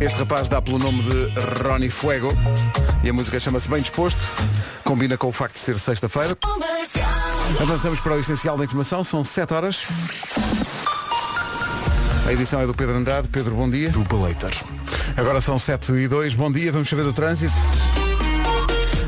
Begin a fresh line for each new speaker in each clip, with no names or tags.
Este rapaz dá pelo nome de Ronnie Fuego e a música chama-se Bem Disposto, combina com o facto de ser sexta-feira. Avançamos para o essencial da informação, são 7 horas. A edição é do Pedro Andrade. Pedro, bom dia.
Chupa Leiters.
Agora são 7 e 2, bom dia, vamos saber do trânsito.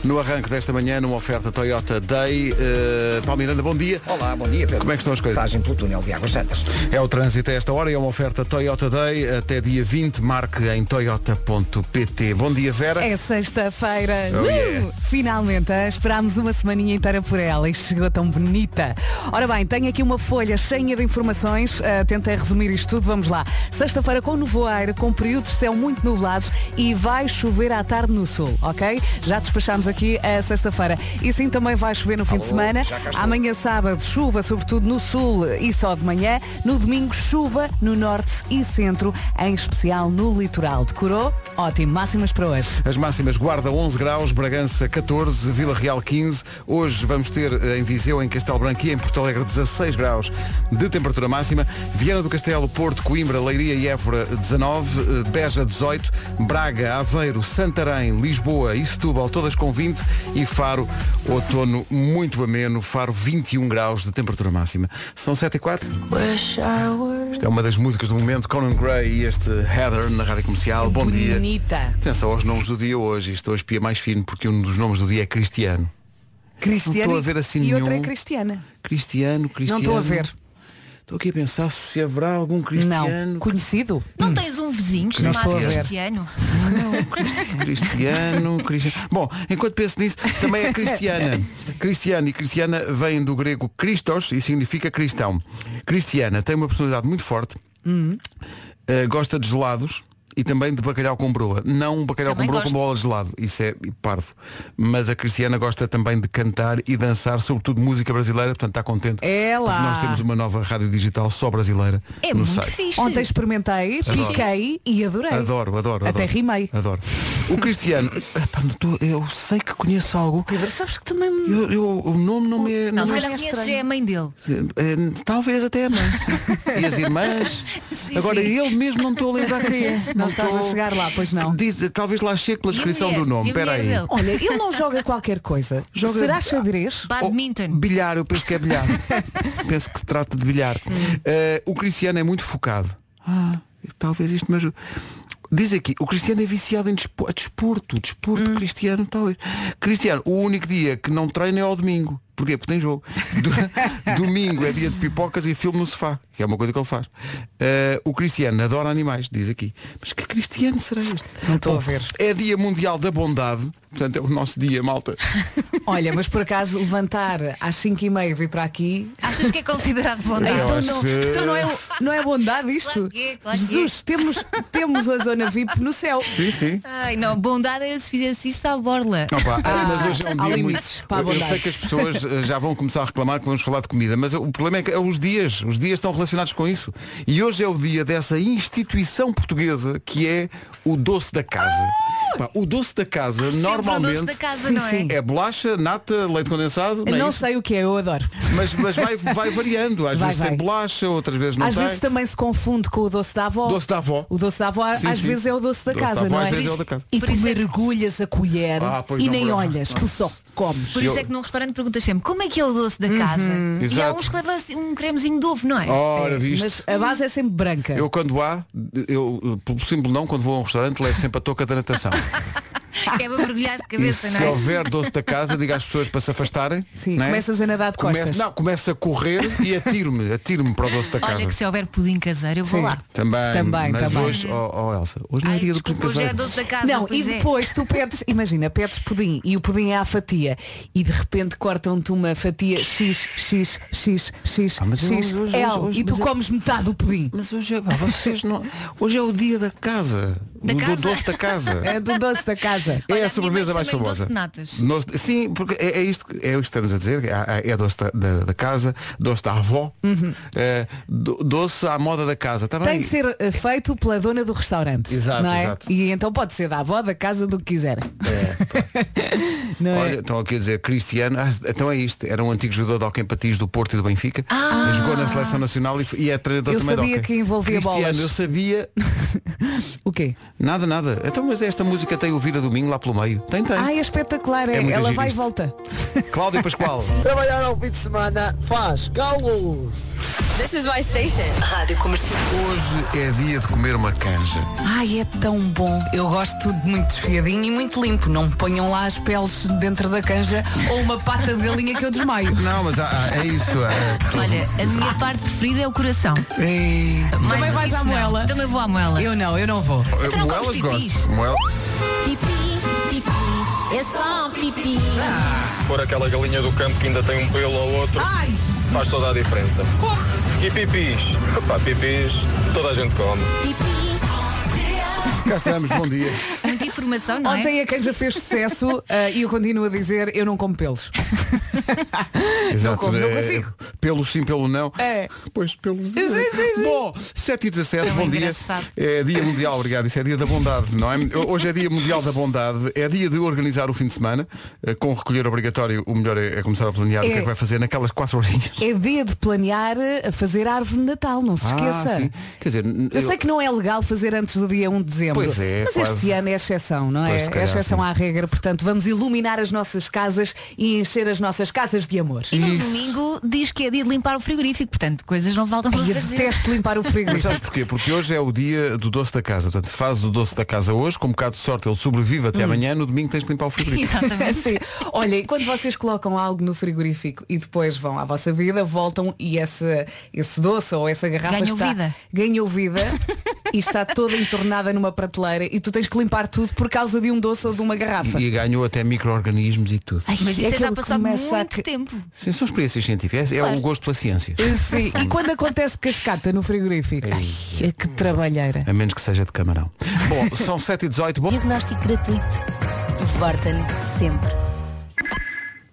No arranque desta manhã, numa oferta Toyota Day, eh, Paulo Miranda, bom dia.
Olá, bom dia Pedro.
Como é que estão as coisas?
Passagem pelo túnel de Águas Santas.
É o trânsito a esta hora e é uma oferta Toyota Day até dia 20, marque em toyota.pt. Bom dia, Vera.
É sexta-feira.
Oh,
Uh!
yeah.
Finalmente, a esperámos uma semaninha inteira por ela e chegou tão bonita. Ora bem, tenho aqui uma folha cheia de informações. Ah, tentei resumir isto tudo, vamos lá. Sexta-feira com nevoeiro, com períodos de céu muito nublados e vai chover à tarde no sul, ok? Já despachámos aqui a sexta-feira. E sim, também vai chover no fim de semana.
já cá estou.
Amanhã sábado, chuva, sobretudo no sul e só de manhã. No domingo, chuva no norte e centro, em especial no litoral. Decorou? Ótimo, máximas para hoje.
As máximas Guarda 11 graus, Bragança 14, Vila Real 15. Hoje vamos ter eh, em Viseu, em Castelo Branco e em Porto Alegre 16 graus de temperatura máxima. Viana do Castelo, Porto, Coimbra, Leiria e Évora 19, eh, Beja 18, Braga, Aveiro, Santarém, Lisboa e Setúbal todas com 20 e Faro, outono muito ameno, Faro 21 graus de temperatura máxima. São 7 e 4. Isto é uma das músicas do momento, Conan Gray e este Heather na Rádio Comercial. Bom dia.
Bonita.
Atenção aos nomes do dia hoje. Isto hoje pia mais fino porque um dos nomes do dia é Cristiano.
Cristiana
Não estou a ver assim
e outra é
nenhum.
Cristiana.
Cristiano, Cristiano.
estou a ver.
Estou aqui a pensar se haverá algum Cristiano.
Não. Conhecido?
Hum.
Não tens um vizinho que
Não
chamado
estou a ver.
Cristiano?
Cristiano, Cristiano. Bom, enquanto penso nisso, também é Cristiana. Cristiano e Cristiana vêm do grego Christos e significa cristão. Cristiana tem uma personalidade muito forte,
Uhum.
eh, gosta de gelados e também de bacalhau com broa. Não um bacalhau
Também
com broa
gosto.
com bola de gelado, isso é parvo. Mas a Cristiana gosta também de cantar e dançar, sobretudo música brasileira, portanto está contente.
É lá.
porque Nós temos uma nova rádio digital só brasileira
É
no
muito
site.
fixe.
Ontem experimentei,
Adoro.
piquei e adorei.
Adoro, adoro,
Até
adoro.
rimei.
Adoro. O Cristiano, Epá, não tô- eu sei que conheço algo.
Pedro, sabes que também me-
Eu, eu- o nome não me é.
Não, se
me é-
calhar conheces já é a mãe dele.
eh, Talvez até a mãe. sim. E as irmãs.
Sim,
Agora
sim.
ele mesmo não estou a lembrar quem é.
Não estás
estou-
a chegar lá, pois não.
Diz- talvez lá chegue pela
E a
descrição
mulher?
do nome.
E a mulher
Espera aí.
dele?
Olha, ele não joga qualquer coisa.
Joga-
Será xadrez?
Oh,
Badminton.
bilhar, eu penso que é bilhar. penso que se trata de bilhar. Eh, o Cristiano é muito focado. Ah, talvez isto me ajude. Diz aqui, o Cristiano é viciado em despo- desporto, desporto Cristiano, talvez. Cristiano, o único dia que não treina é ao domingo. Porquê? Porque tem jogo. Do- domingo é dia de pipocas e filme no sofá, que é uma coisa que ele faz. Eh, o Cristiano adora animais, diz aqui. Mas que Cristiano será este?
Não estou a
Bom,
ver.
É dia mundial da bondade, portanto é o nosso dia, malta.
Olha, mas por acaso levantar às 5h30 e vir para aqui.
Achas que é considerado bondade?
Eu
Então,
acho
não,
que-
então não, é, não é bondade isto?
Claro que é, claro que é.
Jesus, temos, temos a zona VIP no céu.
Sim, sim.
Ai não, bondade era se fizesse isso à borla.
Não, pá,
Ah,
mas hoje é um
há
dia
limites
muito.
para a
Eu- Eu
bondade.
sei que as pessoas eh, já vão começar a reclamar que vamos falar de comida, mas o problema é que é os dias, os dias estão relacionados com isso. E hoje é o dia dessa instituição portuguesa que é o doce da casa. Pá, o doce da casa
Sempre o
normalmente
doce da casa,
Sim,
não é?
sim.
é bolacha, nata, leite condensado, não,
Eu
é
não
isso?
sei o que é, eu adoro.
mas, mas vai, vai variando. Às
Vai,
vezes tem
vai.
bolacha, outras vezes não
às
tem.
vezes também se confunde com o doce da avó.
Doce da avó.
O doce da avó
Sim,
às
sim.
vezes é o doce da
Doce da
casa,
avó,
não
às
é?
vezes é o da casa.
E
Por
tu
isso é que-
mergulhas a colher
Ah, pois
e
não,
nem
por-
olhas, tu só comes.
Por isso é que num restaurante perguntas sempre como é que é o doce da casa. E há
Uhum, Exato. Oh.
uns que levam assim um cremezinho de ovo, não é?
Ora,
É,
viste?
Mas a base é sempre branca.
Eu quando há, eu, por simples não, quando vou a um restaurante, levo sempre a touca da natação.
Que é para mergulhar de
E
cabeça,
se
não é?
houver doce da casa, diga às pessoas para se afastarem.
Sim,
não é?
começas a nadar de
Comece-
costas.
Não, começa a correr e atiro-me, atiro-me para o doce da casa.
Olha que se houver pudim caseiro, eu vou
Sim.
lá.
Também,
Também,
mas
também.
hoje, oh, oh, Elsa, hoje não é
Ai,
dia do pudim
desculpa, hoje é
caseiro.
doce da casa.
Não, e
pois é.
depois tu pedes, imagina, pedes pudim e o pudim é à fatia e de repente cortam-te uma fatia X, X, X, X,
Ah, mas eu-
X,
hoje-
L
hoje-
e tu
mas eu-
comes metade do pudim.
Mas hoje é, pá, vocês não, hoje é o dia da casa,
Da
do,
casa.
do doce da casa.
É do doce da casa.
Olha,
É a
a minha
sobremesa
mãe
mais
chama-lhe
famosa.
doce de natas.
Noce- sim, porque é, é isto, é isto que estamos a dizer. É, é doce da, da- da casa, doce da avó,
Uhum.
eh, do- doce à moda da casa. Está
Tem
bem?
de ser eh, feito pela dona do restaurante.
Exato,
não é?
exato.
E então pode ser da avó, da casa, do que quiser.
É.
não é?
Olha, estão aqui a dizer Cristiano, ah, então é isto, era um antigo jogador de hockey em patins do Porto e do Benfica, jogou na seleção nacional e, foi- e é treinador
Ah. Eu
também de
sabia
hockey.
que envolvia
Cristiano,
bolas.
eu sabia,
O quê?
Nada, nada. Então, mas esta música tem o Vira Domingo lá pelo meio. Tem, tem.
Ai, é espetacular.
É
é-
muito
Ela
giro
vai
isto.
e volta.
Cláudio Pascoal.
Trabalhar ao fim de semana faz calos.
This is my station. Rádio Comercial.
Hoje é dia de comer uma canja.
Ai, é tão bom. Eu gosto tudo muito desfiadinho e muito limpo. Não me ponham lá as peles dentro da canja ou uma pata de galinha que eu desmaio.
Não, mas há- há- é isso. há-
Olha, a minha parte preferida é o coração.
Ei.
Mais
Também
do que
vais
isso,
à
não.
moela?
Também vou à moela.
Eu não, eu não vou.
Então
Tu não comes pipis?
Moel-
Pipi, pipi, é só pipi.
Se for aquela galinha do campo que ainda tem um pelo ou outro,
Ah.
faz toda a diferença. E pipis? Opa, pipis, toda a gente come.
Pipi.
Cá estamos, bom dia.
Muita informação, não é?
Ontem a canja fez sucesso ah, e eu continuo a dizer eu não como pelos.
Exato.
como, não
é,
consigo.
pelo sim, pelo não.
É.
Pois, pelo sim.
Sim, sim, sim.
Bom, 7 e 17,
Tão
bom dia.
engraçado.
É dia mundial, obrigado. Isso é dia da bondade, não é? Hoje é dia mundial da bondade. É dia de organizar o fim de semana. eh, Com recolher obrigatório, o melhor é é começar a planear o que é
É.
que vai fazer naquelas 4 horinhas.
É dia de planear eh, a fazer árvore de Natal, não se esqueça.
Ah, sim. Quer dizer, n-
Eu, sei que não é legal fazer antes do dia 1 de dezembro.
Pois é,
mas
quase.
este ano é exceção, não é?
Pois, se
é
calhar,
exceção
sim.
à regra, portanto vamos iluminar as nossas casas e encher as nossas casas de amor.
E no
Isso.
domingo diz que é dia de limpar o frigorífico, portanto, coisas não faltam para
Ai, eu
fazer.
detesto limpar o
Mas
frigorífico.
sabes porquê? Porque hoje é o dia do doce da casa. Portanto, fazes o doce da casa hoje, com um bocado de sorte ele sobrevive
Hum.
até amanhã, no domingo tens de limpar o frigorífico.
Exatamente.
Sim. Olha, e quando vocês colocam algo no frigorífico e depois vão à vossa vida, voltam e esse, esse doce ou essa garrafa
Ganhou
está,
vida.
ganhou vida e está toda entornada numa prateleira e tu tens que limpar tudo por causa de um doce ou de uma garrafa.
E ganhou até micro-organismos e tudo.
Ai, mas
É
isso é
aquilo
já
que
passado
começa a
muito
que-
tempo.
Sim, são experiências científicas. É, é o gosto pela ciência.
Sim, e quando acontece cascata no frigorífico?
Ei.
Ai, é que trabalheira.
A menos que seja de camarão. Bom, são 7 e 18 Bom,
Diagnóstico gratuito. Volta-me sempre.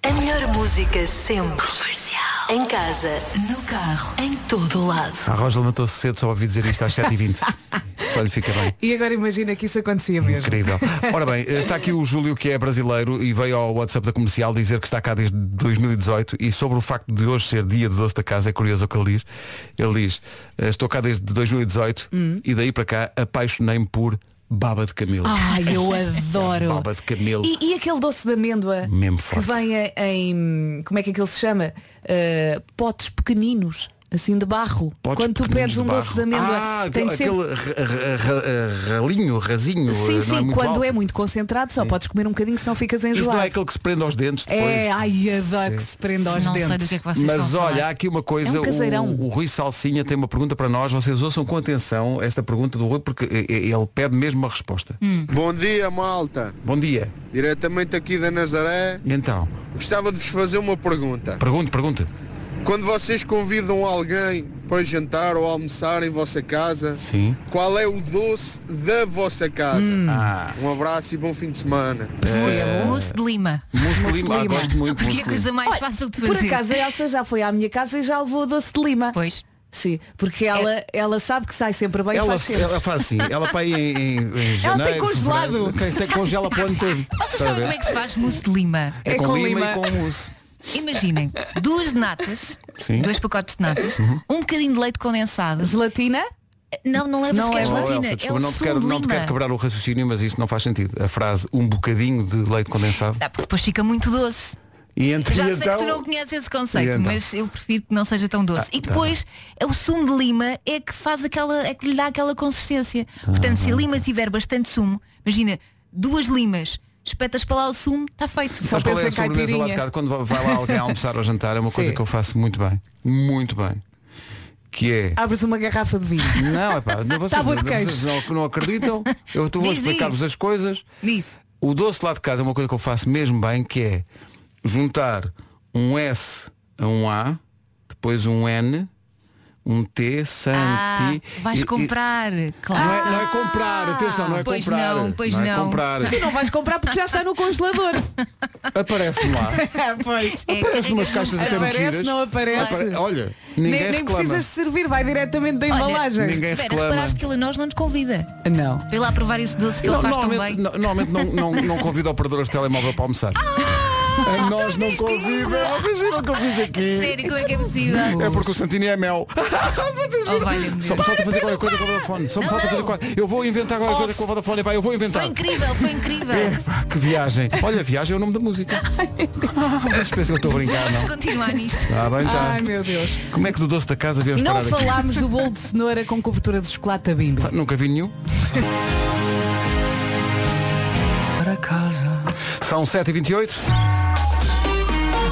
A melhor música sempre. Comercial. Em casa, no carro, em todo o lado.
a Rosa levantou-se cedo só ouvi dizer isto às 7 e 20 Só lhe fica bem.
E agora imagina que isso acontecia mesmo.
Incrível. Ora bem, está aqui o Júlio que é brasileiro e veio ao WhatsApp da comercial dizer que está cá desde 2018 e sobre o facto de hoje ser dia do doce da casa, é curioso o que ele diz. Ele diz, "Eh, estou cá desde 2018 e daí para cá apaixonei-me por baba de camelo.
Ai, eu adoro.
Baba de camelo.
E, e aquele doce de amêndoa
Mesmo
que
forte.
vem em- em. Como é que aquele se chama? Uh, potes pequeninos, assim de barro.
Potes
Quando tu
pequeninos
pedes um
de
doce de
barro.
amêndoa,
ah,
tem de ser.
aquele ra- ra- ra- ralinho, rasinho.
Sim,
não é
sim,
muito
quando
alto.
é muito concentrado, só podes comer um bocadinho, senão ficas
Isso
enjoado.
não é aquele que se prende aos dentes depois.
É, ai, adoro
Sim.
que se prenda aos
não
dentes.
sei do que é que vocês
Mas
estão a
olha, há
falar.
aqui uma coisa,
É um caseirão.
o, o Rui Salsinha tem uma pergunta para nós, vocês ouçam com atenção esta pergunta do Rui, porque eh, eh, ele pede mesmo uma resposta.
Hum.
Bom dia, malta.
Bom dia.
Diretamente aqui da Nazaré,
Então,
gostava de vos fazer uma pergunta.
pergunta, pergunta.
Quando vocês convidam alguém para jantar ou almoçar em vossa casa,
Sim.
qual é o doce da vossa casa?
Ah.
Um abraço e bom fim de semana.
Mousse, mousse de lima.
É. Mousse de lima, Ah,
lima.
gosto muito de mousse
Porque
de
é a
lima.
coisa mais fácil de
Por
fazer.
acaso a Elsa já foi à minha casa e já levou doce de lima.
Pois.
Sim, porque ela, ela sabe que sai sempre bem e
É. Ela,
faz sempre.
ela faz assim, ela para aí em, em, em
Ela
janeiro.
tem congelado.
fevereiro, Tem, tem congela para o ano todo.
Vocês
Está a
sabem
ver?
como é que se faz mousse de lima?
É,
É
com,
com
lima,
lima.
e com mousse.
Imaginem, duas natas,
Sim. Uhum.
dois pacotes de natas, um bocadinho de leite condensado.
Gelatina?
Não, não leva
Não
sequer
é.
Oh,
gelatina.
Elsa,
é
desculpa,
o
não, te
sumo
quero,
de
não te
lima.
quero quebrar o raciocínio, mas isso não faz sentido. A frase um bocadinho de leite condensado.
Ah, porque depois fica muito doce.
E entre
Já
e
sei
então,
que tu não conheces esse conceito,
E então? Ah, tá
mas eu prefiro que não seja tão doce. e depois é o sumo de lima é que faz aquela, é que lhe dá aquela consistência. Portanto,
Ah,
se a lima tiver bastante sumo, imagina, duas limas, espetas para lá o sumo, está feito.
Sabes qual é a sobremesa
pensa em
lá de
caipirinha.
casa? Quando vai lá alguém almoçar ou jantar, é uma coisa
Sim.
que eu faço muito bem. Muito bem. Que é.
Abres uma garrafa de vinho.
Não, é pá, não, vocês,
Tá
Tábua de queijo.
vocês não, não acreditam. Eu estou vou
Diz,
explicar-vos
diz.
as coisas.
Diz.
O doce lá de casa é uma coisa que eu faço mesmo bem, que é juntar um S a um A, depois um N, um T, Santi.
Ah, vais
e- e-
comprar, claro.
Não, é, não é comprar, atenção, não é
Ah! Pois
comprar.
não, pois
é
não.
comprar.
Tu não vais comprar porque já está no congelador.
Aparece-me lá.
pois.
É,
Aparece umas
carregas
caixas até muito
Aparece,
giras.
não aparece.
Apare- Olha,
Nem,
ninguém
nem
reclama.
precisas de servir, vai diretamente da
Olha,
embalagem.
Ninguém
Vera,
reclama.
reparaste que ele a nós não nos convida.
Não.
Para ir lá provar esse doce que ele faz tão
normalmente
bem. Ah!
no- normalmente não, não, não convido operadoras de telemóvel para almoçar. A nós não convida. Vocês viram o que eu fiz aqui?
Sério, como é que é possível?
É porque o Santini é mel.
Oh, valha-me Deus.
Só me falta fazer qualquer coisa com a Vodafone. Só me
Não,
falta fazer
não.
qualquer Eu vou inventar qualquer coisa com a Vodafone, pá, eu vou
Foi
inventar.
incrível, foi incrível.
Epá, que viagem. Olha, viagem é o nome da música. Vocês pensam que eu estou a brincar,
Vamos
não?
continuar nisto.
Tá bem, tá.
Ah,
Ai, meu Deus.
Como é que do doce da casa viemos
Não
parar aqui?
falámos do bolo de cenoura com cobertura de chocolate a bimbo.
Nunca vi nenhum. São 7h28.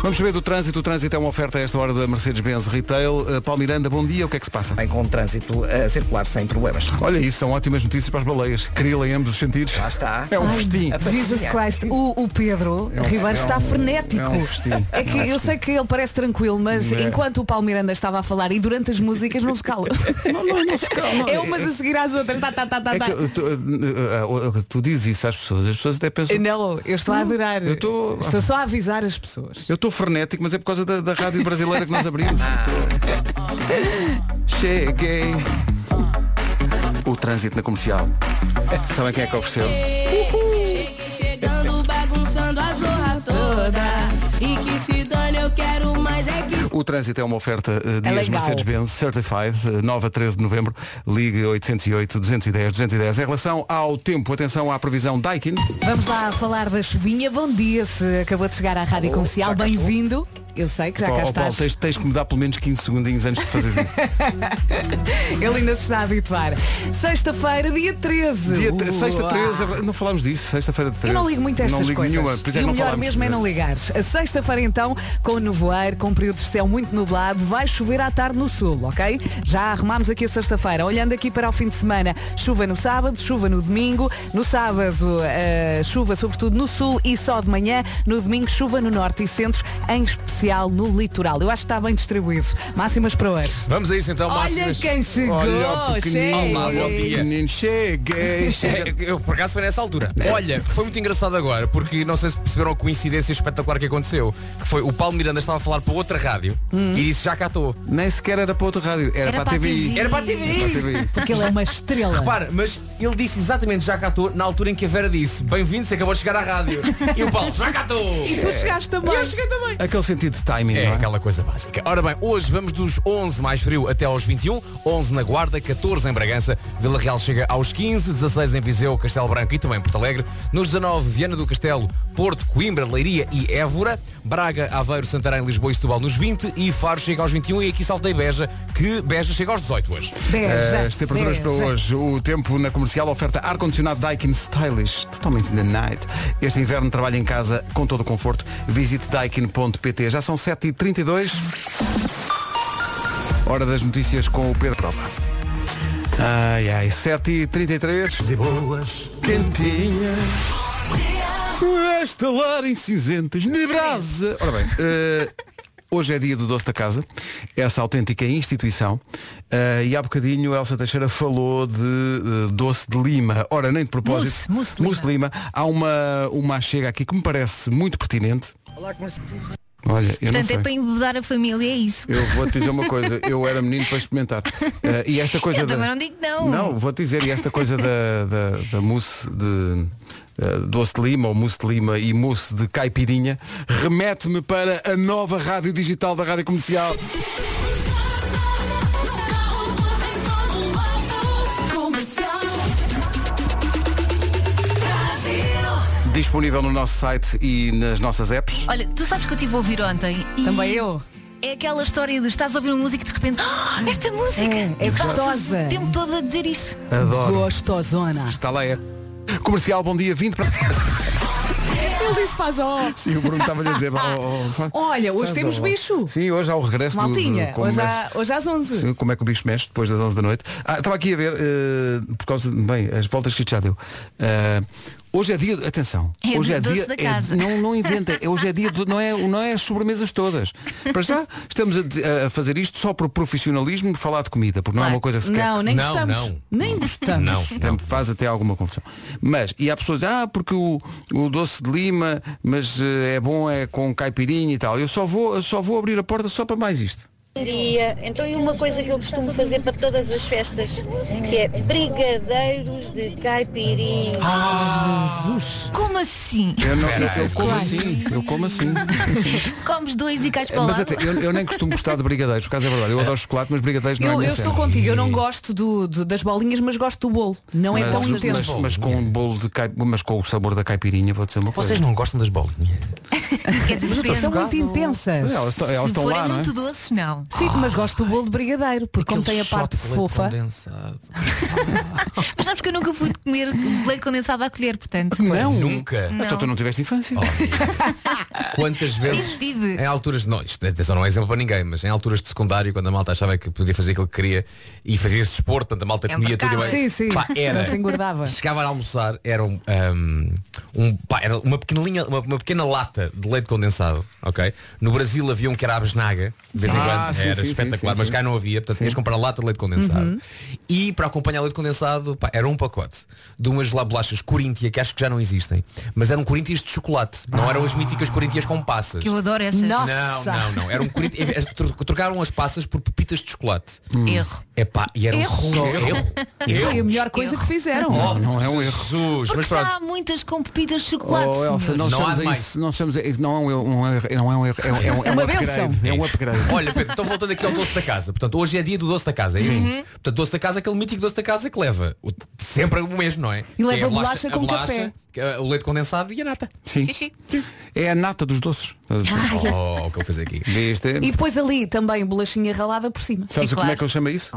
Vamos saber do trânsito. O trânsito é uma oferta a esta hora da Mercedes-Benz Retail. Uh, Paulo Miranda, bom dia. O que é que se passa?
Bem, com o trânsito a circular sem problemas.
Olha isso, são ótimas notícias para as baleias. Crila em ambos os sentidos.
Lá está.
É um
Ai, tá
festim.
Jesus Christ, o, o Pedro Ribeiro está frenético.
é um festim.
É que eu sei que ele parece tranquilo, mas
É.
enquanto o Paulo Miranda estava a falar e durante as músicas não se cala.
Não, não, não se calma.
É umas a seguir às outras. Tá, tá, tá, tá,
É
tá.
que, uh, tu, uh, uh, uh, tu dizes isso às pessoas, as pessoas até pensam.
Não, eu estou a adorar.
eu estou-
estou só a avisar as pessoas.
Eu estou frenético, mas é por causa da, da rádio brasileira que nós abrimos. Cheguei. O trânsito na comercial. Sabem quem é que ofereceu?
Cheguei chegando, bagunçando a zorra toda. E que se dane, eu quero mais é que
O trânsito é uma oferta eh, de Dias
legal.
Mercedes-Benz Certified, eh, 9 a 13 de novembro, ligue 808-210-210. Em relação ao tempo, atenção à previsão Daikin.
Vamos lá falar da chuvinha. Bom dia, se acabou de chegar à
Oh,
Rádio Comercial, bem-vindo. Eu sei que já cá
Ó, ó, Paulo,
estás.
tens, tens que me dar pelo menos 15 segundinhos antes de fazer isso.
Ele ainda se está a habituar. Sexta-feira, dia 13.
Dia
Uau.
te- sexta 13, é verdade, não falámos disso, sexta-feira 13.
Eu não ligo muito a estas
Não ligo
coisas.
nenhuma, por isso é que
e o
não
melhor
falámos.
mesmo é não ligares. A sexta-feira então, com o nevoeiro, com períodos de céu muito nublado, vai chover à tarde no sul, ok? Já arrumámos aqui a sexta-feira. Olhando aqui para o fim de semana, chuva no sábado, chuva no domingo. No sábado, eh, chuva sobretudo no sul e só de manhã. No domingo, chuva no norte e centros, em especial no litoral. Eu acho que está bem distribuído. Máximas para hoje.
Vamos a isso então,
Olha
máximas.
quem chegou!
Olha o pequenino.
chega.
Olá, bom dia.
Menino, cheguei,
É,
cheguei.
Eu, por acaso foi nessa altura. Olha, foi muito engraçado agora, porque não sei se perceberam a coincidência espetacular que aconteceu. Que foi o Paulo Miranda estava a falar para outra rádio
Hum.
e disse já cá estou.
Nem sequer era para outra rádio, era, para a TVI.
Era para a
Para a
TV.
TVI.
Porque ele é uma estrela.
Repara, mas ele disse exatamente já cá estou na altura em que a Vera disse bem-vindo, você acabou de chegar à rádio. E o Paulo, já cá estou.
E tu chegaste
eh,
também.
Eu cheguei também.
Aquele sentido de timing,
É
não é?
aquela coisa básica. Ora bem, hoje vamos dos 11 mais frio até aos 21, 11 na Guarda, 14 em Bragança, Vila Real chega aos 15, 16 em Viseu, Castelo Branco e também Porto Alegre, nos 19 Viana do Castelo, Porto, Coimbra, Leiria e Évora, Braga, Aveiro, Santarém, Lisboa e Setúbal nos 20 e Faro chega aos 21 e aqui saltei Beja, que Beja chega aos 18 hoje.
É,
Beija,
Eh, As temperaturas para
beija.
hoje. O tempo na comercial oferta ar-condicionado Daikin Stylish. Totalmente in the night. Este inverno trabalha em casa com todo o conforto. Visite daikin.pt. Já são 7h32. Hora das notícias com o Pedro Prova. Ai, ai, 7h33. E boas quentinhas. Estalar em cinzentas na brasa. Ora bem, eh, hoje é dia do doce da casa, essa autêntica instituição. eh, e há bocadinho Elsa Teixeira falou de eh, doce de Lima. Ora, nem de propósito.
Mousse, mousse de
de Lima. Há uma, uma chega aqui que me parece muito pertinente. Olha, eu
Portanto, é
não
para
sei.
embudar a família, é isso.
Eu vou te dizer uma coisa, eu era menino para experimentar. Eh, e esta coisa
Eu
da-
também não digo não.
Não, vou te dizer, e esta coisa da, da, da mousse de eh, doce de lima ou mousse de lima e mousse de caipirinha remete-me para a nova rádio digital da Rádio Comercial. Disponível no nosso site e nas nossas apps.
Olha, tu sabes que eu estive a ouvir ontem. e
Também eu.
É aquela história de estás a ouvir uma música e de repente, "Ah, esta música!
É, é
E passas
gostosa.
O tempo todo a dizer isto.
Adoro.
Gostosona.
Está lá é. Comercial, bom dia, 20 para.
Ele disse faz ó.
Sim, o Bruno estava a dizer. "Oh, oh, fa-
Olha, hoje temos bicho.
Sim, hoje há o regresso do- do,
Maltinha,
como
hoje,
é-
há, hoje às 11.
Sim, como é que o bicho mexe depois das 11 da noite. Ah, estava aqui a ver, eh, por causa de, bem, as voltas que isto já deu. Ah, hoje é dia, atenção,
É
hoje
do
é
doce
dia,
da
é-
casa.
não, não inventa, É- hoje é dia, do, não, é, não é as sobremesas todas. Para já, estamos a, de- a fazer isto só por profissionalismo, de falar de comida, porque não é
Claro.
uma coisa que se quer.
Não, nem
Não,
gostamos.
não.
Nem gostamos.
Não.
Portanto, faz até alguma confusão. Mas, e há pessoas, ah, porque o, o doce de lima, mas eh, é bom, é com caipirinha e tal. Eu só vou, eu só vou abrir a porta só para mais isto.
Dia. Então, e uma coisa que eu costumo fazer para todas as festas, que é brigadeiros de caipirinha.
Jesus! Como assim?
Eu não sei,
Espera,
eu como
claro.
assim, eu como assim. Eh,
Comes dois e cais para lá.
É, Mas até, eu, eu nem costumo gostar de brigadeiros, por causa é verdade. Eu adoro chocolate, mas brigadeiros não é a
Eu,
minha
eu
cena.
sou contigo, eu não gosto do- do- das bolinhas, mas gosto do bolo. Não é
mas,
tão
mas-
intenso.
Mas, com um bolo de caip... mas com o sabor da caipirinha, vou dizer uma coisa.
Vocês não gostam das bolinhas?
Mas são muito intensas.
Elas estão- elas
Se
estão
forem
lá, não é?
muito doces, não.
Sim, mas gosto do bolo de brigadeiro, porque
Aquele
contém a
shot
parte
de leite
é
fofa.
Mas sabes que eu nunca fui de comer leite condensado à colher, portanto.
Não.
Hum.
Nunca.
Não.
Então tu
não tiveste infância.
Quantas vezes
Tive.
em alturas de nós, atenção, não é exemplo para ninguém, mas em alturas de secundário, quando a malta achava que podia fazer aquilo que queria e fazia esse desporto, portanto a malta
É um
comia tudo e
pecado.
mais.
Sim, sim.
Pá, era.
Não se engordava.
Chegava a almoçar, era um, um, um- pá, era uma pequena linha, uma, uma pequena lata de leite condensado, ok? No Brasil havia um que era a besnaga, de vez em
Ah,
quando,
sim,
era
sim, sim,
espetacular,
sim,
mas
sim.
cá não havia, portanto tinhas que comprar lata de leite condensado. E para acompanhar o leite condensado, pá, era um pacote de umas lá bolachas Coríntia, que acho que já não existem, mas eram Coríntias de chocolate, não eram as míticas Coríntias com passas.
Que eu adoro essas.
Não, não, não. Era um Corinthians. eh, tro- Trocaram as passas por pepitas de chocolate.
Erro.
É pá, e era um
Erro.
só
Erro.
erro.
E foi a melhor coisa que fizeram.
Não, não é um erro. Jesus,
Porque
mas
já
pronto.
há muitas com pepitas de chocolate.
Oh, Elsa,
senhor.
não, chamamos a isso, não chamamos a isso, não é um erro, não é um erro, não é um erro, é, um- é um- é
É
um
uma
upgrade.
bênção.
É um upgrade.
Olha, Pedro, então voltando aqui ao doce da casa. Portanto, hoje é dia do doce da casa, é isso?
Sim.
Portanto, doce da casa é aquele mítico doce da casa que leva o- sempre o mesmo, não é?
E leva
Que é
a bolacha com café.
café. é O leite condensado e a nata.
Sim. É a nata dos doces.
Ai.
Oh, o que eu fiz aqui.
Viste?
E depois ali também bolachinha ralada por cima.
Sabes como é que eu chamo isso?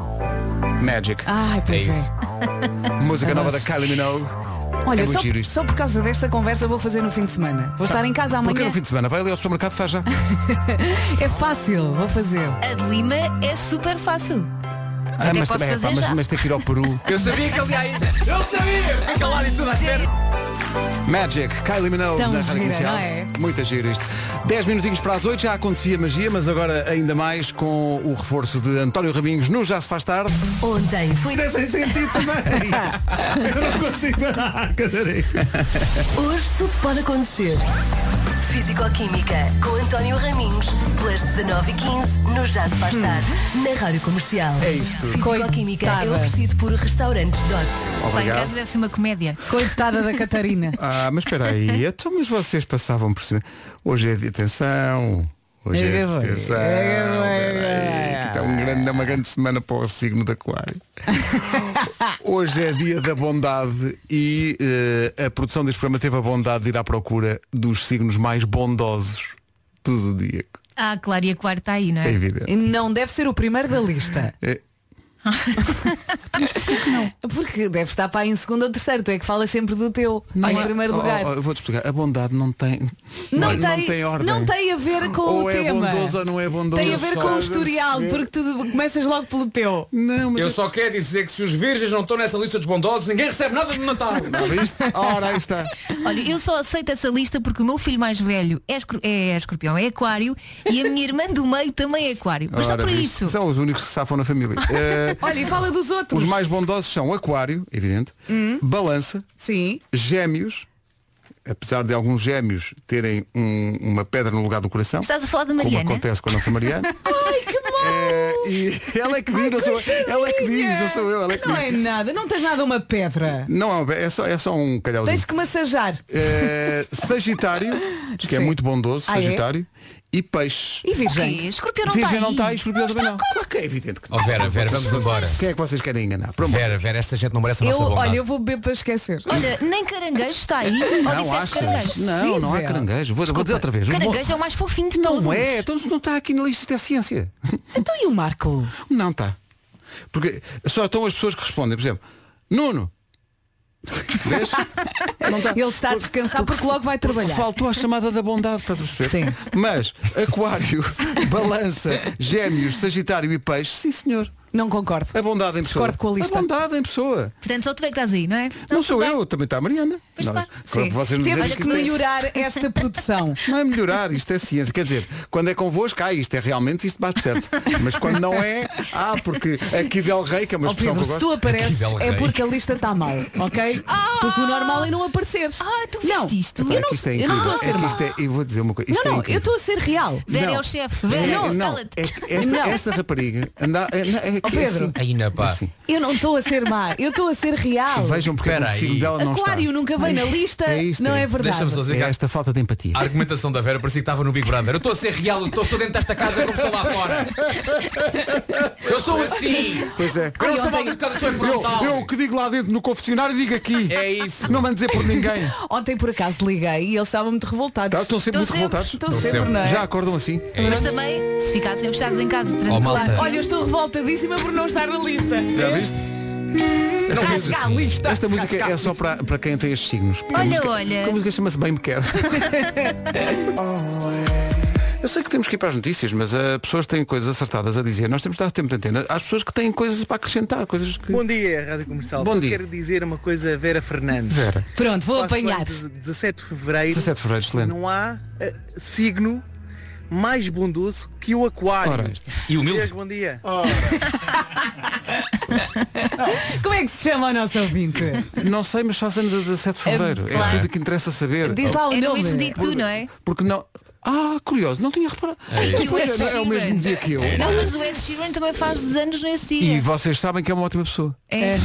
Magic.
Ai, pois é.
Música nova da
Adoro.
Kylie Minogue.
Olha,
é
só,
muito giro
por-
isto. Tá.
só por causa desta conversa vou fazer no fim de semana. Vou estar em casa
Porque
amanhã.
no fim de semana vai ali ao supermercado e faz já.
É fácil, vou fazer.
A de Lima é super fácil.
Ah,
Até
mas,
posso
também, é,
fazer
pá, mas,
já.
mas tem que ir ao Peru.
Eu sabia que ele ia ainda. Eu sabia! Fica lá e tudo à espera.
Magic, Kylie Minogue
Tão
na Rádio
gira,
Comercial.
não é?
Muita gira isto. 10 minutinhos para as 8 já acontecia magia, mas agora ainda mais com o reforço de António Raminhos no Já se faz tarde.
Ontem foi.
Sem sentido também. Eu não consigo parar, Catarina.
Hoje tudo pode acontecer. Físico-Química, com António Raminhos, pelas 19h15, no Já Se Faz Tarde,
Hum.
na Rádio Comercial.
É isso tudo.
Físico-Química é
Coitada.
oferecido por Restaurantes Dot.
Pá, em
Obrigado.
casa deve ser uma comédia.
Coitada da Catarina.
Ah, mas espera aí, então, mas vocês passavam por cima. Hoje é de atenção. Hoje é de atenção. Espera aí, que tá um grande- é uma grande semana para o signo de aquário. Hoje é dia da bondade e eh, a produção deste programa teve a bondade de ir à procura dos signos mais bondosos do zodíaco.
Ah, claro, e a quarta está aí, não é?
É evidente.
E Não deve ser o primeiro da lista.
Eh,
Porque deve estar para aí em segundo ou terceiro. Tu é que falas sempre do teu. em
há-
primeiro
oh,
lugar.
oh, eu vou-te explicar, a bondade não tem,
Não,
não,
tem,
não tem ordem.
não tem a ver com
Ou
o
é
tema.
bondoso ou não é bondoso.
Tem a ver
Só
com o
deve
historial,
ser.
porque tu começas logo pelo teu.
Não,
Eu só quero dizer que se os virgens não estão nessa lista dos bondosos, ninguém recebe nada de Natal.
Ora, aí está.
Olha, eu só aceito essa lista porque o meu filho mais velho é, escor- é escorpião, é aquário e a minha irmã do meio também é aquário. Mas
Ora,
só por
viste?
isso.
São os únicos que se safam na família. Eh,
Olha, e fala dos outros.
os mais bondosos são Aquário, evidente,
Hum.
Balança,
Sim.
Gêmeos, apesar de alguns gêmeos terem um- uma pedra no lugar do coração.
Estás a falar de
Como
Mariana?
acontece com a nossa Mariana.
Ai, que
mal! e ela é que diz, não sou eu. Ela é que diz, não sou eu. Ela é que
Não
diz.
é nada, não tens nada uma pedra.
Não, é só, é só um calhauzinho.
Tens que massajar.
Eh, sagitário, diz que é
Sim.
muito bondoso,
Ah, é?
Sagitário, e Peixe.
E virgem?
O quê? Escorpião não
virgem
está
não
aí.
está aí, escorpião também não. Claro que é evidente que
Oh, Vera, Vera,
Vocês-
vamos embora.
Quem é que vocês querem enganar?
Vera, Vera, esta gente não merece a
Eu,
nossa bondade.
olha, eu vou beber para esquecer.
Ah,
Olha, nem caranguejo está aí. Ou
Não,
disseste
achas?
caranguejo.
Não, não há caranguejo. Vou, vou dizer outra vez. Os
Caranguejo é o mais fofinho de
bons-
todos.
Não é, então não está aqui na lista, isto é ciência.
Então e o Marco?
Não está. Porque só estão as pessoas que respondem, por exemplo, Nuno. Vês?
Ele está a descansar porque logo vai trabalhar.
Faltou a chamada da bondade, estás a perceber? Sim. Mas, aquário, balança, gêmeos, sagitário e peixe, sim senhor.
Não concordo.
A bondade em pessoa.
Discordo com a lista.
A bondade em pessoa.
Portanto, só tu é que estás aí, não é?
Não, sou eu, também está a Mariana.
Pois
Não,
claro.
claro que
Sim.
vocês me
Temos
dizem
que
isto é-
melhorar esta produção.
Não é melhorar, isto é ciência. Quer dizer, quando é convosco, ah, isto é realmente, isto bate certo. Mas quando não é, ah, porque aqui Del Rey, que é uma
Ó,
expressão
Pedro,
que Ah! eu
se
gosto.
tu apareces é porque a lista está mal, ok? Porque o normal é não apareceres.
Ah, tu
não,
viste isto?
Eu
É
não
que isto é
eu não
incrível.
estou a
É
ser
que
mal.
isto é, eu vou dizer uma coisa. Isto
Não,
é
não, eu
incrível.
estou a ser real.
Vera é
Não.
o chefe. Vera,
não, não,
cala-te.
é que esta,
Não.
esta rapariga anda, anda, é,
Ó,
que é
Pedro.
assim.
Ainda pá.
Assim.
Eu não estou a ser má, eu estou a ser real.
Vejam porque é
Espera
o
aí.
signo dela não está.
Aquário nunca vem na lista,
É isto,
não
é.
é
Deixa-me
verdade.
só dizer
É
que
esta falta de empatia.
a argumentação da Vera parecia que estava no Big Brother. Eu estou a ser real, eu estou sou dentro desta casa como sou lá fora. Eu sou assim.
Pois é.
Eu não sou mal educado, eu sou frontal.
Eu, eu o que digo lá dentro no confessionário digo aqui.
É isso.
Não mando dizer por ninguém.
Ontem por acaso liguei e eles estavam muito revoltados.
Tá, Estão sempre muito
Estão
revoltados.
Estão sempre, não é?
Já acordam assim.
Mas também, se ficassem fechados em casa, durante
Oh, malta.
quatro-
Olha, eu estou revoltadíssima por não estar na lista.
Já viste?
Não fez assim.
Tá,
Esta, música é só para, para quem tem estes signos. Porque a
Olha,
música,
olha.
porque A música chama-se Bem Me Quer. Eu sei que temos que ir para as notícias, mas as pessoas têm coisas acertadas a dizer. Nós temos de dar tempo de antena às pessoas que têm coisas para acrescentar, coisas que.
Bom dia, Rádio Comercial.
Bom
Só
dia.
quero dizer uma coisa a Vera Fernandes.
Vera.
Pronto, vou
Faço
apanhar.
anos 17 de Fevereiro.
17 de fevereiro, excelente.
Não há eh, signo mais bondoso que o aquário.
Ora, isto.
E humilde.
Dias, bom dia.
Como é que se chama o nosso ouvinte?
Não sei, mas façamos a 17 de fevereiro. É,
Claro.
tudo o que interessa saber.
Diz lá o
É no
nome.
mesmo dia que tu, não é?
Porque não. Ah, curioso, não tinha reparado.
isso.
Pois é, não é o mesmo dia que eu.
Não, mas o Ed Sheeran também faz 10 anos nesse dia.
E vocês sabem que é uma ótima pessoa.
É.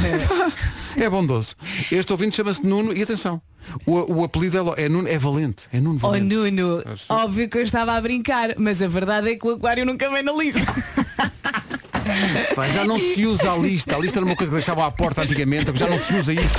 É bondoso. Este ouvinte chama-se Nuno e atenção. O, o apelido é, lo- é Nuno, é valente. É Nuno
Oh
Valente.
Nuno, óbvio que eu estava a brincar, mas a verdade é que o aquário nunca vem na lista.
Pá, já não se usa a lista. A lista era uma coisa que deixavam à porta antigamente, já não se usa isso.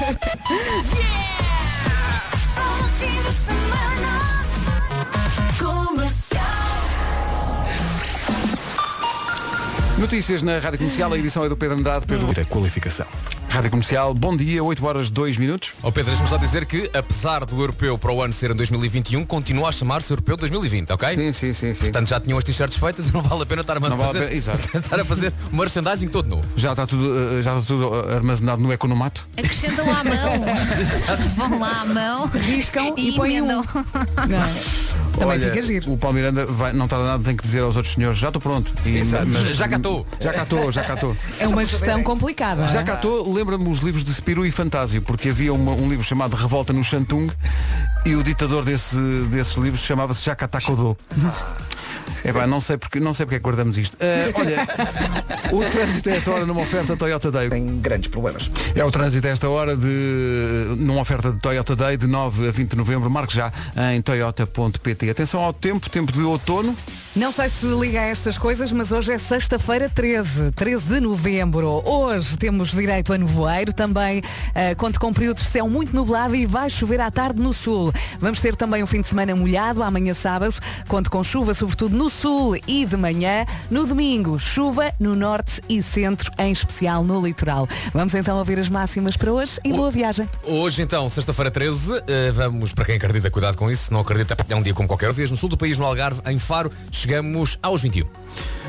Notícias na Rádio Comercial, a edição é do Pedro Andrade, Pedro.
A qualificação.
Rádio Comercial, bom dia, 8 horas 2 minutos.
Ó Pedro, deixa-me só dizer que, apesar do europeu para o ano ser em 2021, continua a chamar-se europeu 2020, ok?
Sim, sim, sim, sim.
Portanto, já tinham as t-shirts feitas e não vale a pena estar a,
Não vale a
fazer,
pena, exato.
estar a fazer merchandising todo novo.
Já está tudo, eh, já está tudo eh, armazenado no Economato.
Acrescentam lá a mão. Vão lá à mão.
Riscam e,
E
põem um.
emendam.
Não é? Também
Olha,
fica giro.
O Palmeiranda vai, não tarda nada, tem que dizer aos outros senhores, já estou pronto. E-
Exato. Já cá estou.
Já cá estou, já cá estou.
É uma gestão complicada.
Já cá estou, lembra-me os livros de Spirou e Fantásio, porque havia uma- um livro chamado Revolta no Shantung e o ditador desse- desses livros chamava-se Jacatakodô. É pá, não sei porque, não sei porque é que guardamos isto. Ah, olha, o trânsito a esta hora numa oferta Toyota Day.
Tem grandes problemas.
É o trânsito a esta hora de numa oferta de Toyota Day de 9 a 20 de novembro. Marque já em toyota.pt. Atenção ao tempo, tempo de outono.
Não sei se liga a estas coisas, mas hoje é sexta-feira 13, 13 de novembro. Hoje temos direito a nevoeiro, também eh, conto com períodos de céu muito nublado e vai chover à tarde no sul. Vamos ter também um fim de semana molhado, amanhã sábado, conto com chuva, sobretudo no sul e de manhã. No domingo, chuva no norte e centro, em especial no litoral. Vamos então ouvir as máximas para hoje e boa viagem.
Hoje então, sexta-feira 13, eh, vamos, para quem acredita, cuidado com isso, se não acredita, é um dia como qualquer outro. Dias no sul do país, no Algarve, em Faro, chegamos aos 21.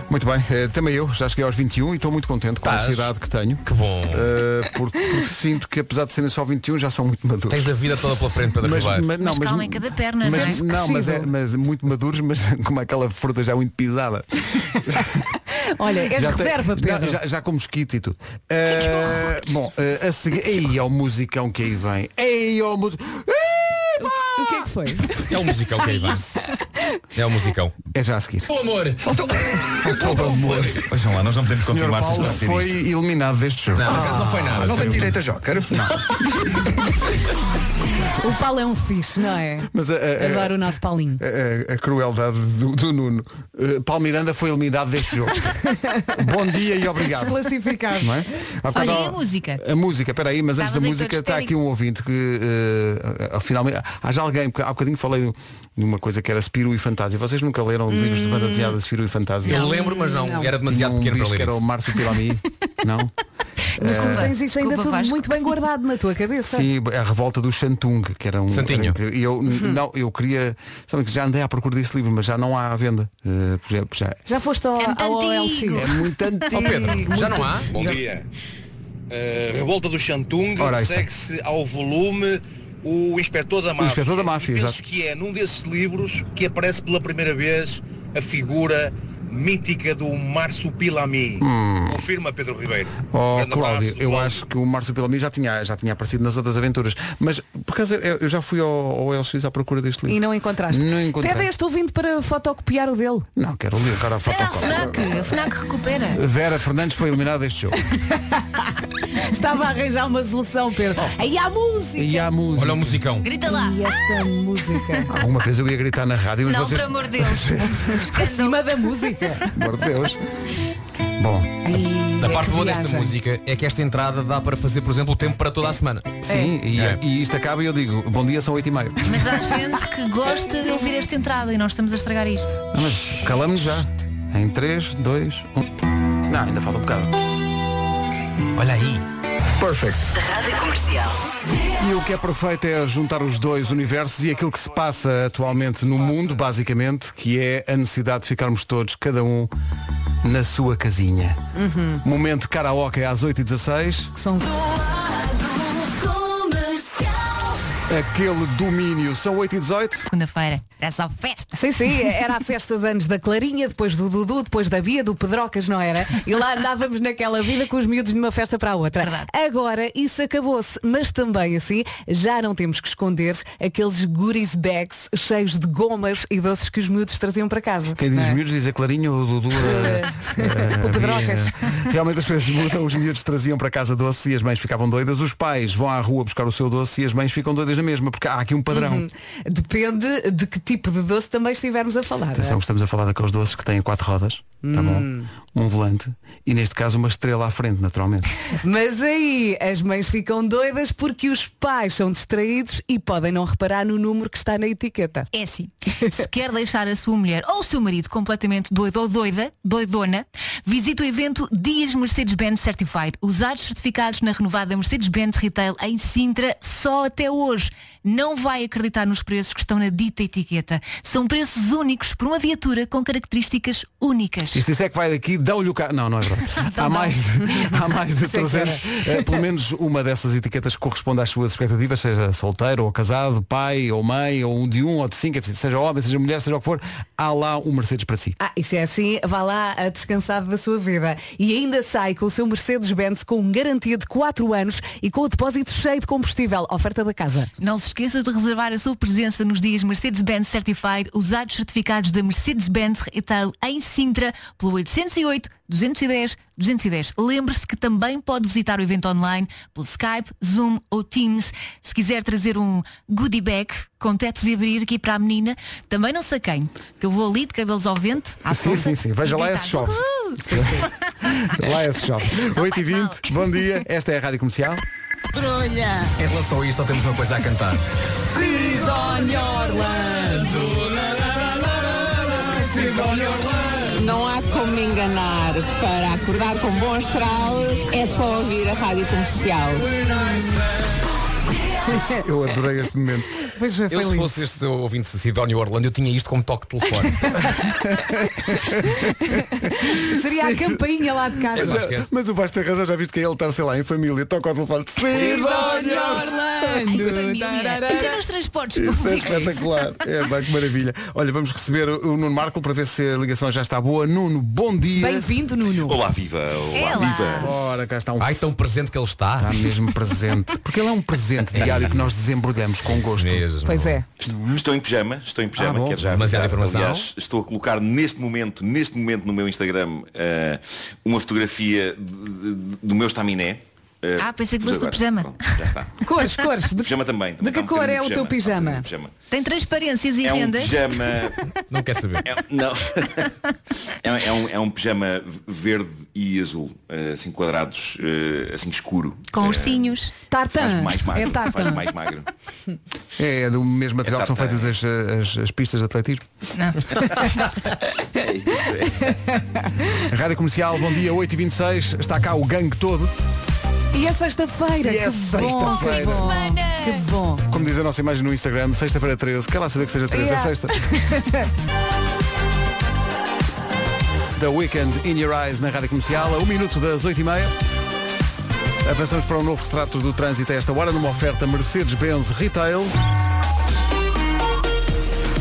Muito bem, eh, também eu já cheguei aos 21 e estou muito contente com a
Estás?
ansiedade que tenho.
Que bom.
Uh, porque, porque sinto que apesar de serem só 21 já são muito maduros.
Tens a vida toda pela frente, Pedro
mas,
Ribeiro.
não,
Mas calma em cada perna,
mas,
não é?
não, mas é mas muito maduros, mas como aquela fruta já é muito pisada.
Olha, és
já tem-
É reserva,
já-
Pedro.
Já, já com mosquito e tudo. Uh, bom, uh, a seguir. Ei, ao musicão que aí vem. Ei, é ao músico.
O que é que foi?
É o musicão que aí vai. É o musicão.
É já a seguir.
O amor.
Falta humor. Vejam lá, nós não podemos
Senhor
continuar se
Paulo
esclarecer
foi
isto.
eliminado deste jogo.
Não, por acaso não foi nada.
Não
Foi
um-
tem
o-
direito a joker?
O Paulo é um fixe, não é?
Mas eh, a, a- a-
Adoro o nosso Paulinho.
eh, a- a- a crueldade do, do Nuno. Uh, Paulo Miranda foi eliminado deste jogo. Bom dia e obrigado.
Desclassificado.
não é? Há bocado
Olha, e
há-
a música?
A música, espera aí, mas antes da
Estavas aí todo
música está
histérico.
aqui um ouvinte que eh, ah, finalmente. Há já alguém, porque há bocadinho falei de uma coisa que era Spirou e Fantasia. Vocês nunca leram livros
Hum.
de banda desenhada de Spirou e Fantasia?
Eu lembro, mas não,
Não.
era demasiado
Tinha um
pequeno
bicho
para
que
ler
era o
isso.
Márcio Pirami. não?
Mas tu
Eh,
tens isso ainda
Desculpa,
tudo
Vasco.
muito bem guardado na tua cabeça.
Sim, a revolta do Shantung, que era um.
Santinho.
era incrível. E eu, n-
Uhum.
não, eu queria. Sabe que já andei à procura desse livro, mas já não há à venda. Eh, por exemplo, já.
Já foste ao, ao OLX.
É muito antigo.
Oh, Pedro,
já não há?
Bom
Já-
dia. Uh, revolta do Xantung
Ora, aí está.
segue-se ao volume o Inspetor da Máfia.
Inspetor da Máfia,
E penso
exato.
que é num desses livros que aparece pela primeira vez a figura mítica do Marsupilami.
Hum.
Confirma, Pedro Ribeiro.
Oh,
Grande
Cláudio,
abraço.
eu acho que o Márcio Pelami já tinha, já tinha aparecido nas outras aventuras. Mas, por acaso, eu, eu já fui ao, ao LX à procura deste livro.
E não encontraste.
Não encontrei.
Pede a este ouvindo para fotocopiar o dele.
Não, quero ler, cara, a
Era a
fotocópia.
FNAC, a FNAC recupera.
Vera Fernandes foi eliminada deste jogo.
Estava a arranjar uma solução, Pedro. Aí há música.
Oh. E há música. Olha o musicão.
Grita lá.
E esta música.
Alguma vez eu ia gritar na rádio, mas
Não,
vocês.
por amor de Deus.
Acima da música.
Amor de Deus. Bom.
A parte
que
boa desta
viagem.
música é que esta entrada dá para fazer, por exemplo, o tempo para toda a semana.
Sim, e, e isto acaba e eu digo, bom dia, são 8 e meio.
Mas há gente que gosta de ouvir esta entrada e nós estamos a estragar isto.
Não, Ah, mas calamos já. Em 3, 2, 1. Não, ainda falta um bocado. Olha aí. Perfect.
Rádio Comercial.
E o que é perfeito é juntar os dois universos e aquilo que se passa atualmente no mundo, basicamente, que é a necessidade de ficarmos todos, cada um, na sua casinha.
Uhum.
Momento karaoke às 8h16.
São...
Aquele domínio. São 8h18.
Segunda-feira. Essa festa.
Sim, sim, era a festa de anos da Clarinha, depois do Dudu, depois da Bia, do Pedrocas, não era? E lá andávamos naquela vida com os miúdos de uma festa para a outra. Agora isso acabou-se, mas também assim já não temos que esconder aqueles goodies bags cheios de gomas e doces que os miúdos traziam para casa.
Quem diz
não é?
miúdos diz a Clarinha, o Dudu, a, a-
O
a
Pedrocas.
Bia. Realmente as coisas mudam, os miúdos traziam para casa doce e as mães ficavam doidas, os pais vão à rua buscar o seu doce e as mães ficam doidas na mesma, porque há aqui um padrão.
Uhum. Depende de que tipo de doce também estivermos a falar. não é?
Atenção que estamos a falar daqueles doces que têm quatro rodas, tá
Hum.
bom? Um volante e neste caso uma estrela à frente, naturalmente.
Mas aí as mães ficam doidas porque os pais são distraídos e podem não reparar no número que está na etiqueta.
É assim. Se quer deixar a sua mulher ou o seu marido completamente doido ou doida, doidona, visite o evento Dias Mercedes-Benz Certified. Usados certificados na renovada Mercedes-Benz Retail em Sintra só até hoje. Não vai acreditar nos preços que estão na dita etiqueta. São preços únicos por uma viatura com características únicas.
E se disser que vai daqui, dão-lhe o carro. Não, não é verdade. há, mais de, há mais de
Sei que é.
300. eh, pelo menos uma dessas etiquetas que corresponde às suas expectativas, seja solteiro ou casado, pai ou mãe, ou um de um ou de cinco, enfim, seja homem, seja mulher, seja o que for, há lá um Mercedes para si.
Ah, e se é assim, vá lá a descansar da sua vida. E ainda sai com o seu Mercedes-Benz com garantia de 4 anos e com o depósito cheio de combustível. Oferta da casa.
Não se esqueça de reservar a sua presença nos dias Mercedes-Benz Certified, usados certificados da Mercedes-Benz Retail em Sintra, pelo 808 210 210. Lembre-se que também pode visitar o evento online pelo Skype, Zoom ou Teams. Se quiser trazer um goodie bag com teto de abrir aqui para a menina, também não saquem, que eu vou ali de cabelos ao vento. à
Sim,
solta,
sim, sim. Veja
e
lá
gritar,
esse chove.
"Uhul!"
Lá é esse jovem. 8h20, bom dia. Esta é a Rádio Comercial.
Brulha.
Em relação a isto, só temos uma coisa a cantar.
Sidónia Orlando. Sidónia Orlando.
Não há como me enganar. Para acordar com bom astral, é só ouvir a rádio comercial.
Eu adorei este momento.
Pois
Eu se fosse este ouvinte de Sidónio Orlando, eu tinha isto como toque de telefone.
Seria a campainha lá de casa.
Já-
é
mas o Vasco tem razão, já viste que é ele estar, sei lá, em família, toca ao telefone.
Sidónia Orlando.
Em família.
é
Até nos transportes
Isso é
públicos.
espetacular. É, pá, que maravilha. Olha, vamos receber o Nuno Marco para ver se a ligação já está boa. Nuno, bom dia.
Bem-vindo, Nuno.
Oh.
Olá, viva.
É
Olá, viva.
Ora, cá está um. Ai, tão presente que ele está. Está mesmo presente. Porque ele é um presente
É.
diário que nós desembrulhamos com gosto.
Pois é.
Estou em pijama, estou em pijama,
Ah, bom.
quero já
Demasiada
avisar.
informação.
Aliás, estou a colocar neste momento, neste momento no meu Instagram, eh, uma fotografia de- de- do meu estaminé. Eh,
Ah, pensei que
mas
fosse do
agora-
pijama.
Já está.
Cores, cores. De,
Pijama também.
de
também
que
está um
cor é
bocadinho
o
de
teu pijama?
pijama.
Tem transparências e
É um
rendas.
pijama. Não quer saber. não. é, um- é um, é um pijama verde e azul, eh, assim quadrados, eh, assim escuro.
Com
Eh,
ursinhos.
Faz
Tartan.
mais magro.
É
faz
tartan.
mais magro.
É, do mesmo material que são feitas as, as- as pistas de atletismo.
é-
Rádio Comercial, bom dia, 8h26. Está cá o gangue todo.
E é sexta-feira.
E é
que bom, que
sexta-feira.
bom. Que bom.
Como diz a nossa imagem no Instagram, sexta-feira 13, quer lá saber que seja 13, é
Yeah.
sexta. The Weekend in Your Eyes na Rádio Comercial, a um minuto das 8h30. Avançamos para um novo retrato do trânsito a esta hora, numa oferta Mercedes-Benz Retail.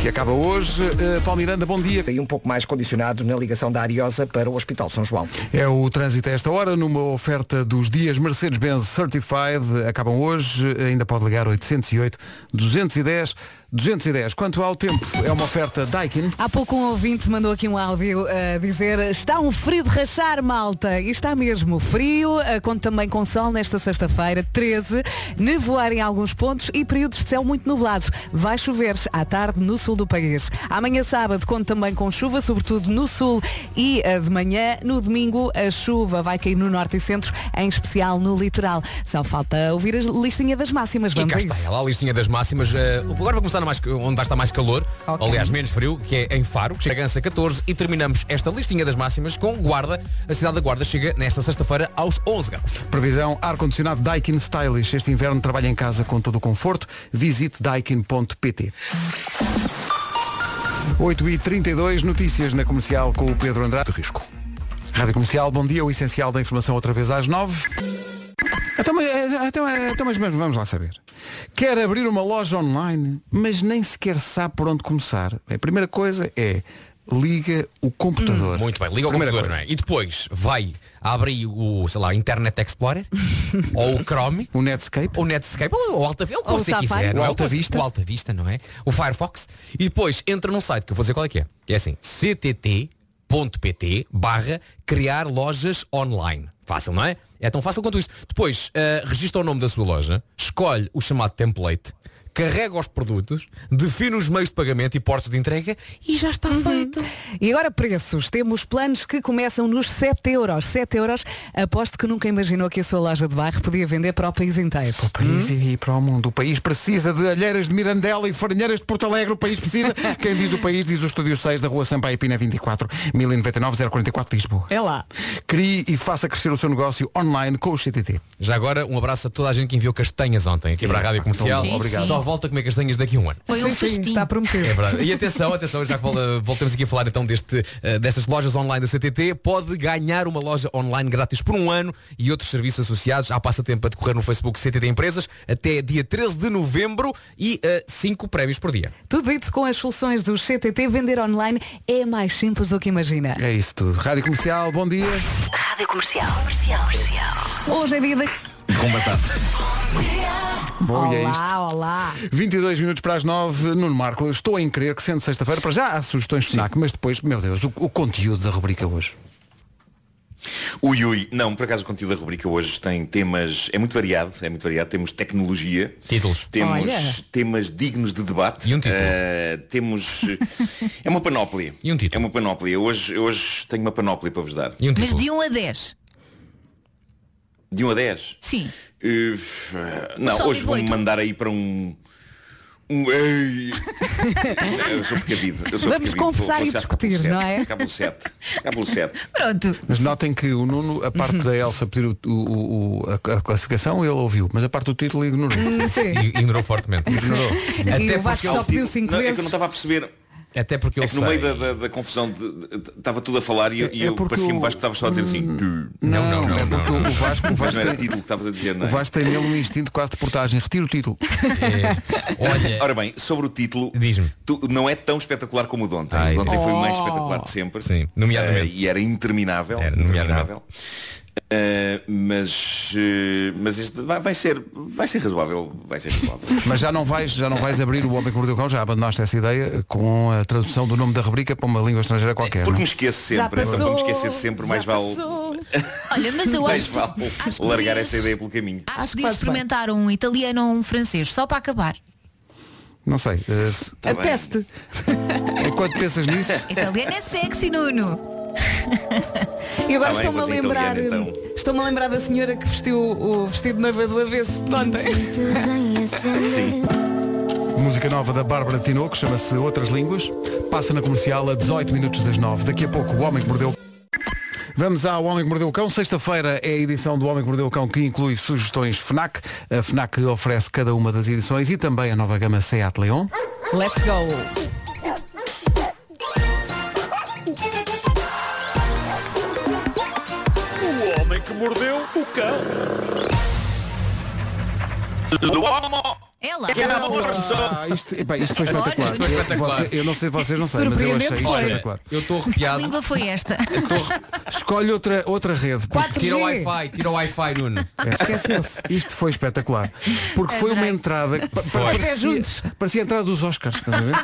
Que acaba hoje. Uh, Paulo Miranda, bom dia.
E um pouco mais condicionado na ligação da Ariosa para o Hospital São João.
É o trânsito a esta hora, numa oferta dos dias Mercedes-Benz Certified. Acabam hoje, ainda pode ligar 808 210 210. Quanto ao tempo, é uma oferta Daikin.
Há pouco um ouvinte mandou aqui um áudio a dizer está um frio de rachar, malta. E está mesmo frio, eh, conto também com sol nesta sexta-feira, 13, nevoar em alguns pontos e períodos de céu muito nublado. Vai chover à tarde no sul do país. Amanhã sábado conto também com chuva, sobretudo no sul e eh, de manhã. No domingo a chuva vai cair no norte e centro, em especial no litoral. Só falta ouvir a listinha das máximas.
E
Vamos
cá
a isso.
está ela, a listinha das máximas. Eh, agora vou começar no mais- onde vai estar mais calor,
Ok.
aliás, menos frio, que é em Faro, que chega a Bragança 14, e terminamos esta listinha das máximas com Guarda. A cidade da Guarda chega nesta sexta-feira aos 11 graus.
Previsão ar-condicionado Daikin Stylish. Este inverno trabalha em casa com todo o conforto. Visite daikin.pt 8h32, notícias na comercial com o Pedro Andrade. Risco. Rádio Comercial, bom dia. O essencial da informação outra vez às 9 Então, mas- então, então, mas mesmo vamos lá saber. Quer abrir uma loja online, mas nem sequer sabe por onde começar. A primeira coisa é liga o computador.
Hum, Muito bem, liga o
Primeira
computador,
coisa.
não é? E depois vai abrir o, sei lá, Internet Explorer, ou o Chrome,
o Netscape,
o Netscape, ou o Alta Vista, ou o que
Ou o
você
Safari.
quiser, não
O
é?
Alta
que você-
Vista.
o Alta Vista, não é? O Firefox, e depois entra num site que eu vou dizer qual é que é. É assim, ctt.pt barra criar lojas online. Fácil, não é? É tão fácil quanto isto. Depois, eh, registra o nome da sua loja, escolhe o chamado template, carrega os produtos, define os meios de pagamento e portos de entrega E já está feito.
E agora preços. Temos planos que começam nos 7 euros. 7 euros, aposto que nunca imaginou que a sua loja de bairro podia vender para o país inteiro.
O país e para o mundo. O país precisa de alheiras de Mirandela e farinheiras de Porto Alegre. O país precisa. Quem diz o país diz o Estúdio 6 da Rua Sampaio Pina 24, 1099 044 Lisboa.
É lá.
Crie e faça crescer o seu negócio online com o CTT.
Já agora, um abraço a toda a gente que enviou castanhas ontem aqui para a Rádio Comercial.
Sim,
Obrigado.
sim.
Só volta a comer castanhas daqui a um ano.
Foi um festim.
Está prometido.
É verdade. E atenção, atenção, já que vol- voltamos aqui a falar então deste, eh, destas lojas online da CTT, pode ganhar uma loja online grátis por um ano e outros serviços associados. Há passatempo a decorrer no Facebook CTT Empresas até dia 13 de novembro e 5 prémios por dia.
Tudo isso com as soluções do CTT. Vender online é mais simples do que imagina.
É isso tudo. Rádio Comercial, bom dia.
Rádio Comercial. Comercial. Comercial.
Hoje é dia da...
Com batata. Bom, e é isto.
Olá, olá.
22 minutos para as 9, Nuno Marco, estou em crer que sendo sexta-feira, para já há sugestões de FNAC, mas depois, meu Deus, o, o conteúdo da rubrica hoje.
Ui, ui, não, por acaso o conteúdo da rubrica hoje tem temas, é muito variado, é muito variado, temos tecnologia,
títulos,
temos
Olha.
temas dignos de debate,
E um título.
eh, temos é uma panóplia.
E um título. um
É uma panóplia. Hoje, hoje tenho uma panóplia para vos dar.
Mas de 1 a 10.
De 1 a 10?
Sim.
Eh, não,
Sólido
hoje vou-me
oito.
mandar aí para um. um ei. eu sou precavido. Eu sou
Vamos
precavido.
conversar e
se calhar cá
discutir,
pelo
não
sete.
é?
Cá pelo 7. Cá pelo 7.
Pronto.
Mas notem que o Nuno, a parte da Elsa pedir o, o- o- a, a classificação, ele ouviu, mas a parte do título ignorou.
Hum, sim.
I- Ignorou fortemente.
Ignorou.
Até porque eu-
Não, É que eu não estava a perceber.
Até porque eu
é que no
sei.
meio da, da- da confusão de- de- estava tudo a falar e, eu- e
É
eu
porque
parecia-me
o-
Vasco que estavas só a dizer assim.
Hum.
Não,
não, é porque o Vasco- o
Mas
Vasco
não é, era
tem-
título que estavas a dizer, não
O
é?
Vasco tem nele um instinto quase de portagem. Retira o título.
É.
Ora bem, sobre o título, tu- não é tão espetacular como o de ontem.
Ai,
o de ontem foi o mais
Oh.
espetacular de sempre.
Sim, nomeadamente.
Eh, e era interminável.
É,
interminável. Eh, mas, eh, mas este vai, vai ser, vai ser razoável. Vai ser razoável.
Mas já não vais, já não vais abrir o Homem que Mordeu o Cão, já abandonaste essa ideia com a tradução do nome da rubrica para uma língua estrangeira qualquer.
Porque
não?
me esqueço
Já
sempre, então para
passou,
me esquecer sempre, mais vale,
Olha, mas eu
mais
acho,
vale
acho que
largar
podias-
essa ideia pelo caminho.
acho que devia experimentar um italiano ou um francês, só para acabar.
Não sei. eh, se-
Tá bem. Ateste.
Enquanto pensas nisso.
Italiano é sexy, Nuno.
E agora
Tá bem,
estou-me a
vou dizer
lembrar. hum,
italiano,
Estou-me a lembrar da senhora que vestiu o vestido de noiva do avesso de ontem.
Sim. Música nova da Bárbara Tinoco, chama-se Outras Línguas. Passa na comercial a 18 minutos das 9. Daqui a pouco o Homem que Mordeu. Vamos ao Homem que Mordeu o Cão. Sexta-feira é a edição do Homem que Mordeu o Cão que inclui sugestões FNAC. A FNAC oferece cada uma das edições e também a nova gama Seat Leon.
Let's go!
O homem que mordeu o cão.
Oh.
Ela.
Ah, isto, epá, isto foi espetacular.
Isto foi espetacular.
Eu, eu não sei, vocês não sabem, mas eu achei isto
Olha,
espetacular.
Eu estou
A
arrepiado.
língua foi esta.
Escolhe outra, outra rede. porque-
Tira o Wi-Fi, tira o Wi-Fi, Nuno.
É. Isto foi espetacular. Porque foi uma entrada. que pa-
É, Foi.
pa-
Até juntos.
Parecia, parecia a entrada dos Oscars, estás a ver?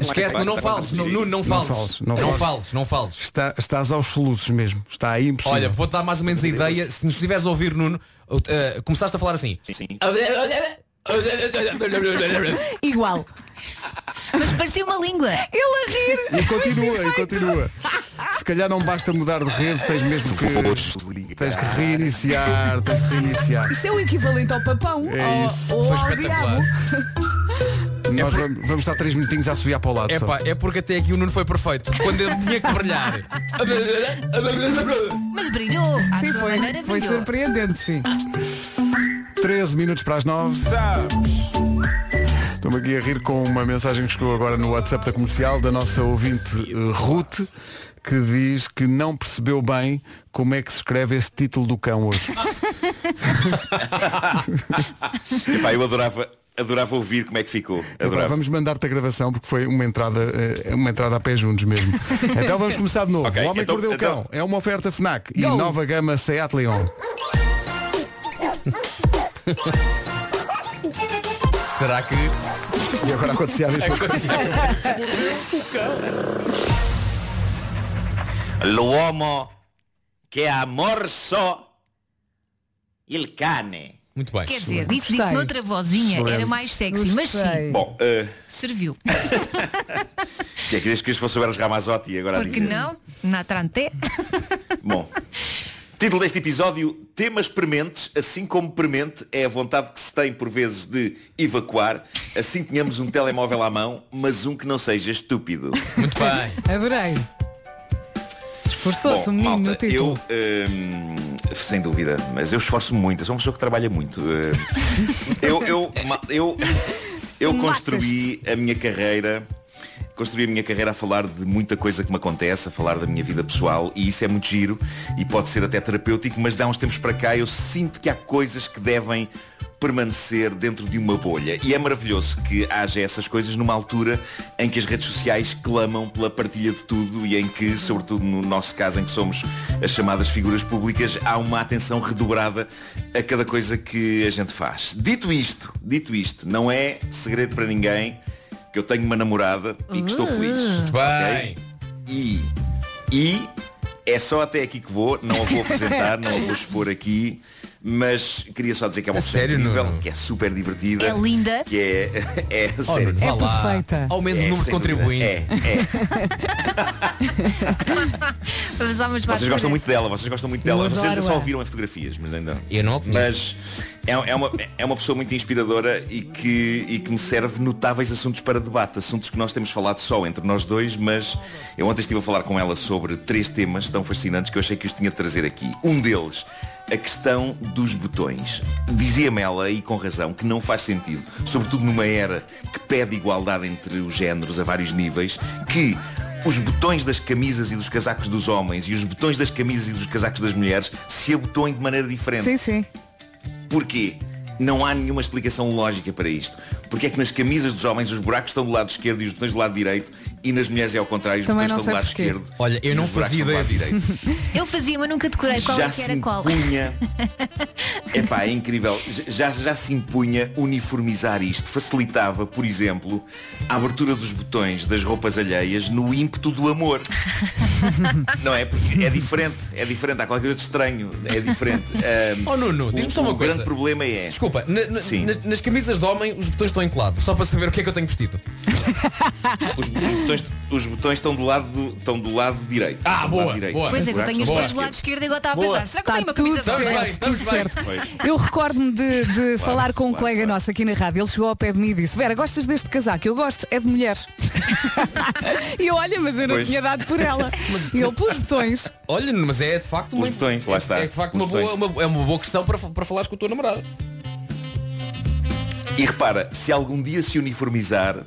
Esquece, não, não fales, não, Nuno, não fales.
não
Não
fales.
fales, não fales.
Está, estás aos soluços mesmo. Está aí impossível.
Olha, vou-te dar mais ou menos a ideia. Se nos estiveres a ouvir, Nuno, uh, uh, começaste a falar assim.
Igual.
Mas parecia uma língua.
Ele a rir.
E continua, e continua. Se calhar não basta mudar de rede, tens mesmo que. Tens que reiniciar, tens que reiniciar.
Isto é o equivalente ao papão.
É
ao,
isso.
Ou
Foi
ao
espetacular.
diabo.
Nós vamos, vamos estar três minutinhos a subir para o lado.
É
só.
pá, é porque até aqui o Nuno foi perfeito. Quando ele tinha que brilhar.
Mas brilhou. À
Sim,
sua
foi,
maneira
foi
brilhou.
surpreendente, sim.
13 minutos para as 9. Estou-me aqui a rir com uma mensagem que chegou agora no WhatsApp da comercial da nossa ouvinte eh, Ruth, que diz que não percebeu bem como é que se escreve esse título do cão hoje.
Epá, eu adorava, adorava ouvir como é que ficou.
Epá,
Adorava.
Então vamos mandar-te a gravação porque foi uma entrada, eh, uma entrada a pé juntos mesmo. então vamos começar de novo.
Ok,
o Homem
então-
que Mordeu o Cão é uma oferta FNAC e nova gama Seat Leon.
Será que.
E agora acontecia a
É
mesma coisa.
L'uomo che ha morso il cane.
Muito bem.
Quer dizer, disse dito noutra vozinha, era
Excelente.
mais sexy, mas sim,
Bom, eh,
serviu.
que é que desde que isto fosse sobre as Ramazotti agora a
Porque
dizer.
não, na Trante, é
Bom. Título deste episódio, temas prementes, assim como premente é a vontade que se tem por vezes de evacuar, assim tenhamos um telemóvel à mão, mas um que não seja estúpido.
Muito bem.
Adorei. Esforçou-se o menino um no
malta,
título.
Eu, hum, sem dúvida, mas eu esforço-me muito, eu sou uma pessoa que trabalha muito. Eh, eu eu, ma- eu, eu
Tu
construí a minha carreira. Construí a minha carreira a falar de muita coisa que me acontece, a falar da minha vida pessoal e isso é muito giro e pode ser até terapêutico, mas dá uns tempos para cá eu sinto que há coisas que devem permanecer dentro de uma bolha. E é maravilhoso que haja essas coisas numa altura em que as redes sociais clamam pela partilha de tudo e em que, sobretudo no nosso caso em que somos as chamadas figuras públicas, há uma atenção redobrada a cada coisa que a gente faz. Dito isto, dito isto, não é segredo para ninguém que eu tenho uma namorada e que
Hum.
estou
Uh.
feliz.
Muito
ok? E, e é só até aqui que vou, não a vou apresentar, não a vou expor aqui, mas queria só dizer que é uma
A
série
sério,
incrível, que é super divertida.
é linda.
Que é, é a série.
Nuno, vá É lá. perfeita. Ao menos o número de
sem dúvida,
contribuinte.
É, é.
Vamos lá, mas
Vocês gostam muito dela, vocês gostam muito dela.
Eu
Vocês ainda
adoro-a.
só ouviram em fotografias, mas ainda.
Eu não
Mas é, é uma, é uma pessoa muito inspiradora e que, e que me serve notáveis assuntos para debate, assuntos que nós temos falado só entre nós dois, mas eu ontem estive a falar com ela sobre três temas tão fascinantes que eu achei que os tinha de trazer aqui. Um deles, a questão dos botões. Dizia-me ela, e com razão, que não faz sentido, sobretudo numa era que pede igualdade entre os géneros a vários níveis, que os botões das camisas e dos casacos dos homens e os botões das camisas e dos casacos das mulheres se abotoem de maneira diferente.
Sim, sim.
Porquê? Não há nenhuma explicação lógica para isto. Porque é que nas camisas dos homens os buracos estão do lado esquerdo e os botões do lado direito e nas mulheres é ao contrário, os
Também
botões
não
estão do lado
sei porquê.
esquerdo.
Olha, eu
e
não
os buracos
fazia
estão do lado
ideia disso.
direito.
Eu fazia, mas nunca decorei qual
Já
é que
se
era
um
qual.
impunha. Epá, é incrível. Já, já se impunha uniformizar isto. Facilitava, por exemplo, a abertura dos botões das roupas alheias no ímpeto do amor. Não é? Porque é diferente. É diferente. Há qualquer coisa de estranho. É diferente. Ahm,
Oh, Nuno,
o-
diz-me só uma
o
coisa.
um grande problema é...
desculpa, na- na- nas, nas camisas de homem os botões estão encolados, só para saber o que é que eu tenho vestido.
Os, bo- os botões, os botões estão, do lado do- estão do lado direito. Ah,
boa,
Pois é, que eu tenho os dois do lado esquerdo e agora estava a
Boa.
pensar, será que eu tenho uma
Tá tudo
camisa de
certo,
futebol?
tudo certo. Eu recordo-me de, de falar com um colega nosso aqui na rádio. Ele chegou ao pé de mim e disse, Vera, gostas deste casaco? Eu gosto, é de mulher. e eu, olha, mas eu não
Pois.
tinha dado por ela. E ele, pelos botões.
Olha, mas é de facto uma,
botões, lá está.
É de facto uma
Os
boa, uma, é uma boa questão para, fa- para falares com o teu namorado.
E repara, se algum dia se uniformizar,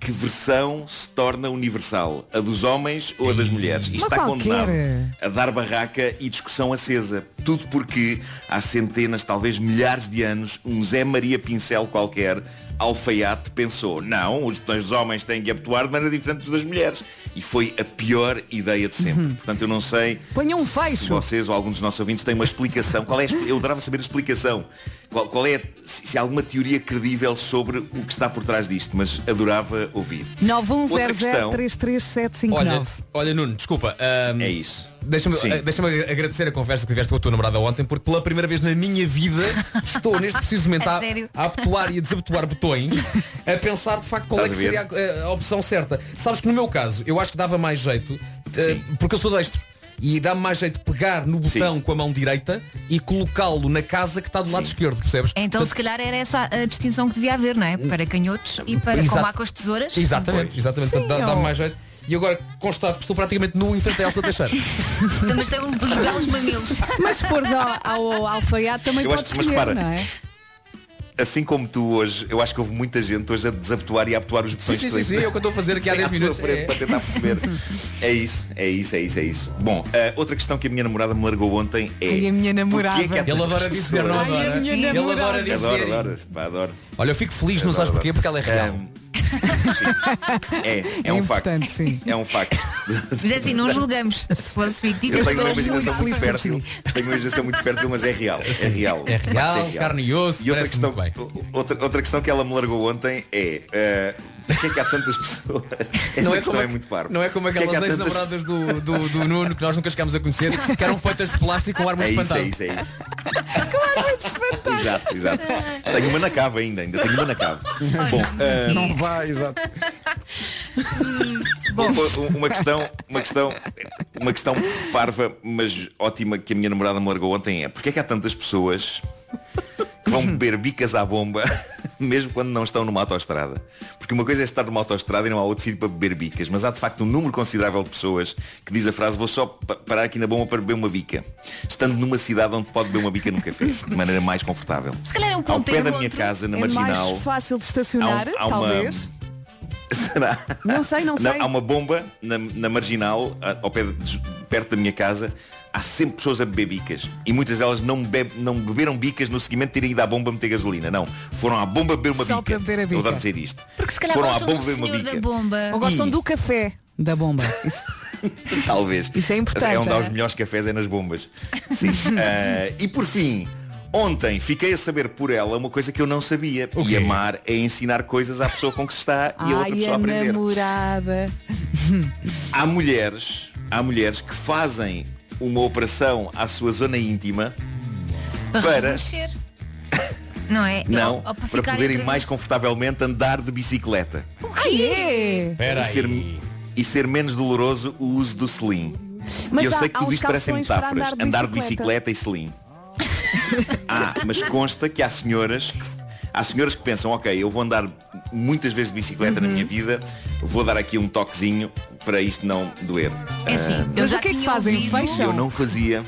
que versão se torna universal? A dos homens ou a das mulheres?
Uma
E está
qualquer.
condenado a dar barraca e discussão acesa. Tudo porque há centenas, talvez milhares de anos, um Zé Maria Pincel qualquer, alfaiate, pensou, não, os botões dos homens têm que atuar de maneira diferente dos das mulheres. E foi a pior ideia de sempre.
Uhum.
Portanto, eu não sei
Ponha um
se
fecho.
vocês ou alguns dos nossos ouvintes têm uma explicação, qual é a expli- eu adorava saber a explicação. Qual, qual é, se, se há alguma teoria credível sobre o que está por trás disto, mas adorava ouvir. Outra questão.
910033759.
Olha, olha Nuno, desculpa. é
isso.
Deixa-me
Sim.
eh, deixa-me agra- agradecer a conversa que tiveste com a tua namorada ontem, porque pela primeira vez na minha vida estou neste preciso momento
A
a,
É sério?
a abotoar e a desabotoar botões, a pensar de facto qual é que
Estás
seria
a
a, a- a opção certa. Sabes que no meu caso, eu acho que dava mais jeito, eh, porque eu sou destro. E dá-me mais jeito de pegar no botão com a mão direita e colocá-lo na casa que está do lado esquerdo, percebes?
Então se calhar era essa a distinção que devia haver, não é? Para canhotos e para
Exato.
como há com as tesouras.
Exatamente, exatamente.
Sim,
Portanto, dá- Dá-me
ou-
mais jeito. E agora constato que estou praticamente nu em frente a Elsa Teixeira.
Mas tem um dos belos mamilos.
Mas se fores ao, ao alfaiate também
Eu acho
podes
que- mas
escolher,
repara,
não é?
Assim como tu hoje, eu acho que houve muita gente hoje a desabotoar e a abotoar os botões.
sim,
que têm-
sim, sim, é o que eu estou a fazer aqui há
têm à
10
sua
minutos.
frente
É.
Para tentar perceber. É isso, é isso, é isso, é isso. Bom, eh, outra questão que a minha namorada me largou ontem é...
Ai, a minha namorada.
Porquê é que há
Ele adora
tantas
dizer, não
pessoas?
adora? Ai, a minha Ele namorada. adora dizer.
Adoro,
É
adoro, pá, adoro.
Olha, eu fico feliz, não sabes porquê? Porque ela é real.
É, é, um facto.
importante, sim.
É um facto.
Mas assim, não julgamos. Se fosse fictício,
Eu tenho uma
estou
imaginação
muito
muito
feliz.
fértil. Tenho uma imaginação muito fértil, mas é real. É real.
É real, carne
e osso. E outra questão, outra, outra questão que ela me largou ontem é. eh, Porquê é que há tantas pessoas? Esta
Não é
questão
como-
é muito parva.
Não é como
Porquê
aquelas
que há tantas-
ex-namoradas do, do, do Nuno que nós nunca chegámos a conhecer, que eram feitas de plástico com ar muito
É isso,
espantado.
é isso, é isso. Exato, exato. Tenho uma na cava ainda, ainda tenho uma na cava. Bom, eh,
Não vai, exato.
um, Uma- Uma questão, uma questão, uma questão parva, mas ótima que a minha namorada me largou ontem é porque é que há tantas pessoas que vão beber bicas à bomba mesmo quando não estão numa autoestrada? Porque uma coisa é estar numa autoestrada e não há outro sítio para beber bicas, mas há de facto um número considerável de pessoas que diz a frase vou só pa- parar aqui na bomba para beber uma bica, estando numa cidade onde pode beber uma bica num café, de maneira mais confortável.
Se calhar é um
Ao
ponto
pé
em
da
outro.
minha casa, na
é
marginal,
mais fácil de estacionar,
há um- há uma-
talvez.
será?
Não sei, não sei.
Há uma bomba na, na marginal, a- ao pé de- perto da minha casa, há sempre pessoas a beber bicas. E muitas delas não, bebe- não beberam bicas no seguimento de terem ido à bomba meter gasolina. Não. Foram à bomba beber uma
Só para
bica.
beber a
Eu
bica.
adoro dizer isto.
Porque se
calhar
Foram à
gostam
bomba
do
beber uma
senhor da
bica.
bomba.
Ou gostam
E-
do café da bomba. Isso.
Talvez.
Isso é importante,
É onde há
é?
os melhores cafés é nas bombas. Sim. Ah, e por fim, ontem fiquei a saber por ela uma coisa que eu não sabia. E amar é ensinar coisas à pessoa com que se está e a outra
Ai, é
pessoa a
a
aprender.
namorada.
Há mulheres, há mulheres que fazem uma operação à sua zona íntima para
Mexer. Não é?
não,
Ou- ou
para,
ficar
poderem
entre-
mais confortavelmente andar de bicicleta
Ai, é.
e ser, e ser menos doloroso o uso do slim.
Mas
e eu
há-
sei que
há
tudo
uns
isto parecem
calções para
metáforas,
andar de
andar de
bicicleta.
bicicleta e slim. ah, mas consta que há senhoras que há senhoras que pensam, ok, eu vou andar muitas vezes de bicicleta na minha
Uhum.
vida, vou dar aqui um toquezinho para isto não doer.
É assim,
Ah,
eu
Mas
já
o que é que
tinha
fazem?
ouvido-
Fecham?
eu não fazia.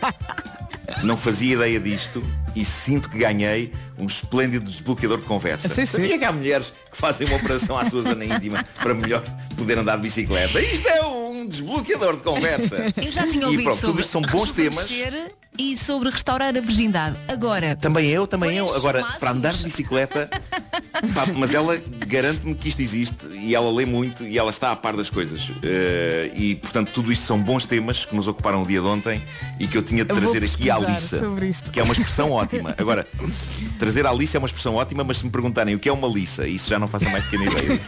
Não fazia ideia disto e sinto que ganhei um esplêndido desbloqueador de conversa.
Sim, sim.
Sabia que há mulheres que fazem uma operação à sua zona íntima para melhor poder andar de bicicleta. Isto é um desbloqueador de conversa.
Eu já tinha
e
ouvido
pronto,
sobre
tudo isto são bons temas.
rejuvenescer e sobre restaurar a virgindade. Agora,
Também eu, também eu.
Põe
Agora,
chumaços.
para andar de bicicleta, pá, mas ela garante-me que isto existe e ela lê muito e ela está a par das coisas. Eh, e portanto tudo isto são bons temas que nos ocuparam o dia de ontem e que eu tinha de
Eu vou
trazer aqui à
pesquisar
Alissa.
sobre isto.
Que é uma expressão ótima. Agora, trazer à Alissa é uma expressão ótima, mas se me perguntarem o que é uma Lissa, isso já não faço a mais pequena ideia.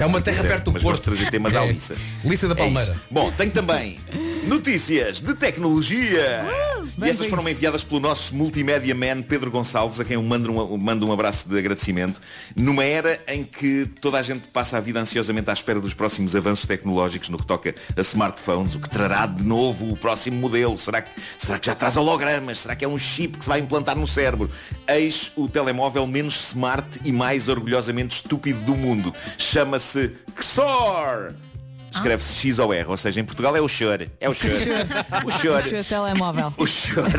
É uma terra perto do
mas gosto de trazer temas à Lissa.
Lissa da
É isso.
Palmeira.
Bom, tenho também
Notícias de tecnologia. e
É.
vamos a
estas foram enviadas pelo nosso multimédia man Pedro Gonçalves, a quem eu mando um, mando um abraço de agradecimento, numa era em que toda a gente passa a vida ansiosamente à espera dos próximos avanços tecnológicos no que toca a smartphones, o que trará de novo o próximo modelo. Será que, será que já traz hologramas? Será que é um chip que se vai implantar no cérebro? Eis o telemóvel menos smart e mais orgulhosamente estúpido do mundo. Chama-se XOR. Escreve-se X ou R, ou seja, em Portugal é o chore. É o chore. O chore.
O telemóvel.
O choro,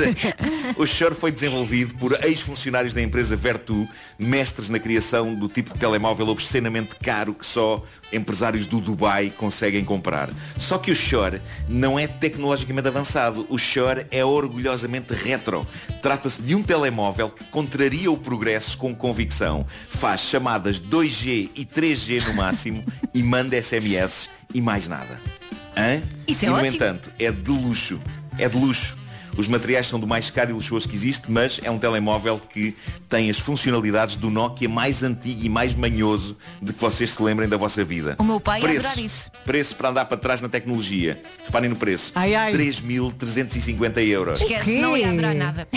o choro foi desenvolvido por ex-funcionários da empresa Vertu, mestres na criação do tipo de telemóvel obscenamente caro que só empresários do Dubai conseguem comprar. Só que o choro não é tecnologicamente avançado. O choro é orgulhosamente retro. Trata-se de um telemóvel que contraria o progresso com convicção. Faz chamadas 2G e 3G no máximo e manda SMS e mais nada. Hã?
Isso é
e, no
ótimo.
entanto, é de luxo. É de luxo. Os materiais são do mais caro e luxuoso que existe, mas é um telemóvel que tem as funcionalidades do Nokia mais antigo e mais manhoso de que vocês se lembrem da vossa vida.
O meu pai ia
preço,
adorar isso.
Preço para andar para trás na tecnologia. Reparem no preço.
Ai, ai.
3.350 euros.
Esquece, não ia adorar nada.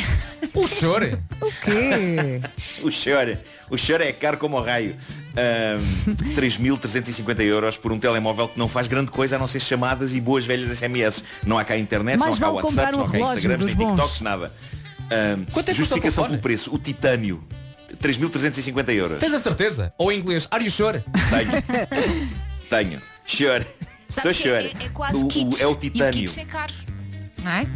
O chore?
O quê?
o chore. O chore é caro como o raio. Ahm, 3.350 euros por um telemóvel que não faz grande coisa a não ser chamadas e boas velhas SMS. Não há cá internet,
Mais
não há cá
vale comprar
WhatsApp,
um
não há cá
relógio
Instagram,
dos
nem
bons.
TikToks, nada. Ahm,
Quanto é que custa o
justificação
telefone?
pelo preço. O titânio. 3.350 euros.
Tens a certeza? Ou em inglês, are you sure?
Tenho. Chore. Estou a
Sabes que
chorar.
é, é quase
O- o-
kits.
é o
E o
titânio.
kits é caro. Não é?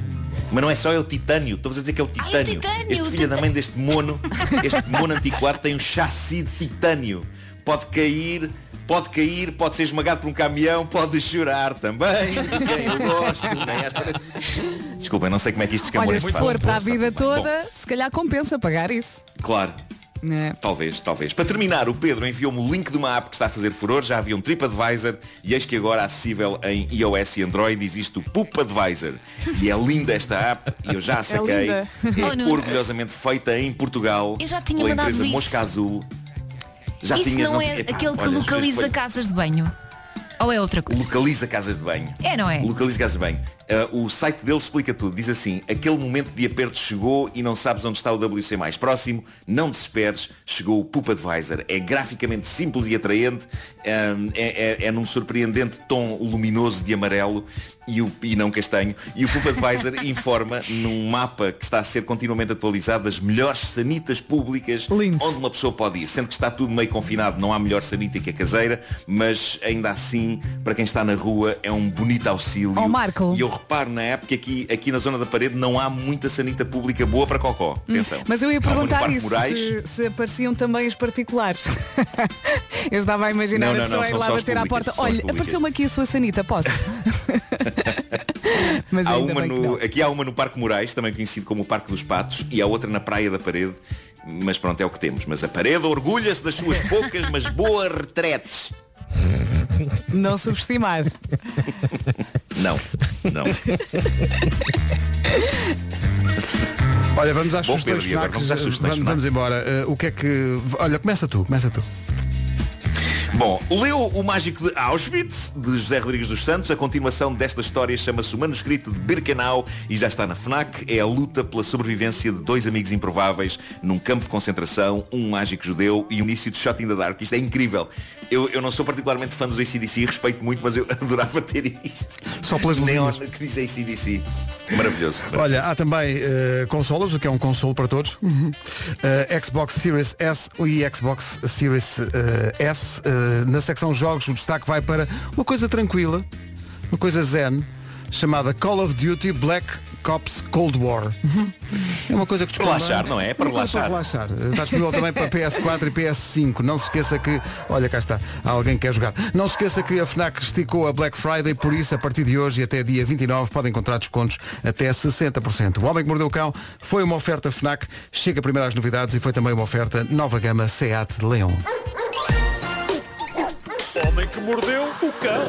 Mas não é só é o titânio, estou a dizer que é o titânio.
titânio,
este
o
filho da mãe deste mono, este mono antiquado tem um chassi de titânio. Pode cair, pode cair, pode ser esmagado por um caminhão, pode chorar também. Ninguém eu gosto, nem às paredes. Desculpem, não sei como é que isto escamou
Olha,
este
se
fado.
for para a vida
Bom,
toda, se calhar compensa pagar isso. é?
Claro. Talvez, talvez. Para terminar, o Pedro enviou-me o link de uma app que está a fazer furor, já havia um TripAdvisor e eis que agora é acessível em iOS e Android existe o PoopAdvisor. E é linda esta app, e eu já a saquei.
linda. Oh,
É
Nuno.
orgulhosamente feita em Portugal
Eu já tinha
pela
mandado
empresa
isso.
Mosca Azul. Já
isso
tinhas,
não, é
Epá,
aquele que
olha,
localiza
foi-
casas de banho. Ou é outra coisa?
Localiza casas de banho.
É, não é?
Localiza casas de banho. Ah, o site dele explica tudo. Diz assim, aquele momento de aperto chegou e não sabes onde está o WC mais próximo, não desesperes, chegou o PoopAdvisor. É graficamente simples e atraente, ahm, é, é- é num surpreendente tom luminoso de amarelo e, o, e não castanho. E o PoopAdvisor informa num mapa que está a ser continuamente atualizado das melhores sanitas públicas onde uma pessoa pode ir. Sendo que está tudo meio confinado, não há melhor sanita que a caseira, mas ainda assim, para quem está na rua, é um bonito auxílio.
Ó, Marco.
E eu reparo na época que aqui, aqui na zona da parede não há muita sanita pública boa para cocó. Atenção.
Hum, Mas eu ia
Há uma no
perguntar
Parque
isso,
Moraes.
se, se apareciam também os particulares. eu estava a imaginar
Não, não,
a pessoa
não,
ir
são
lá
só as
bater à
públicas,
porta.
são as
Olha,
públicas.
apareceu-me aqui a sua sanita, posso? Mas
há
ainda
uma
bem que
no, aqui há uma no Parque Moraes, também conhecido como o Parque dos Patos, e há outra na Praia da Parede. Mas pronto, é o que temos. Mas a parede orgulha-se das suas poucas, mas boas retretes.
Não subestimar.
Não, não.
Olha, vamos às
Bom,
sugestões
Pedro, e agora
fracas.
vamos às sugestões
Vamos- vamos embora. Eh, o que é que. Olha, começa tu, começa tu.
Bom, leu O Mágico de Auschwitz, de José Rodrigues dos Santos. A continuação desta história chama-se O Manuscrito de Birkenau e já está na FNAC. É a luta pela sobrevivência de dois amigos improváveis num campo de concentração, um mágico judeu e o início de Shot in the Dark. Isto é incrível. Eu, eu não sou particularmente fã dos ACDC, respeito muito, mas eu adorava ter isto.
Só pelas
Neon que diz ACDC. Maravilhoso.
Olha, há também eh, consolas, o que é um consolo para todos. Uhum. Eh, Xbox Series S e Xbox Series eh, S. Eh, na secção jogos, o destaque vai para uma coisa tranquila, uma coisa zen, chamada Call of Duty Black Ops Cold War. Uhum. É uma coisa que
Para relaxar, não é? É para
Uma coisa
relaxar.
Eh, Está disponível também para PS4 e PS5. Não se esqueça que, olha cá está, há alguém que quer jogar. Não se esqueça que a FNAC esticou a Black Friday, por isso a partir de hoje e até dia 29 pode encontrar descontos até 60%. O Homem que Mordeu o Cão foi uma oferta FNAC, chega primeiro às novidades e foi também uma oferta nova gama Seat Leon.
O homem que mordeu o cão.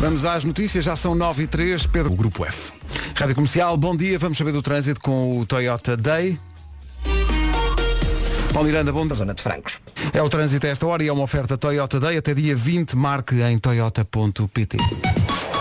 Vamos às notícias, já são 9 e 3, Pedro. O Grupo F. Rádio Comercial, bom dia. Vamos saber do trânsito com o Toyota Day. Paulo Miranda, bom dia. Zona de Francos. É o trânsito a esta hora e é uma oferta Toyota Day até dia 20. Marque em toyota.pt.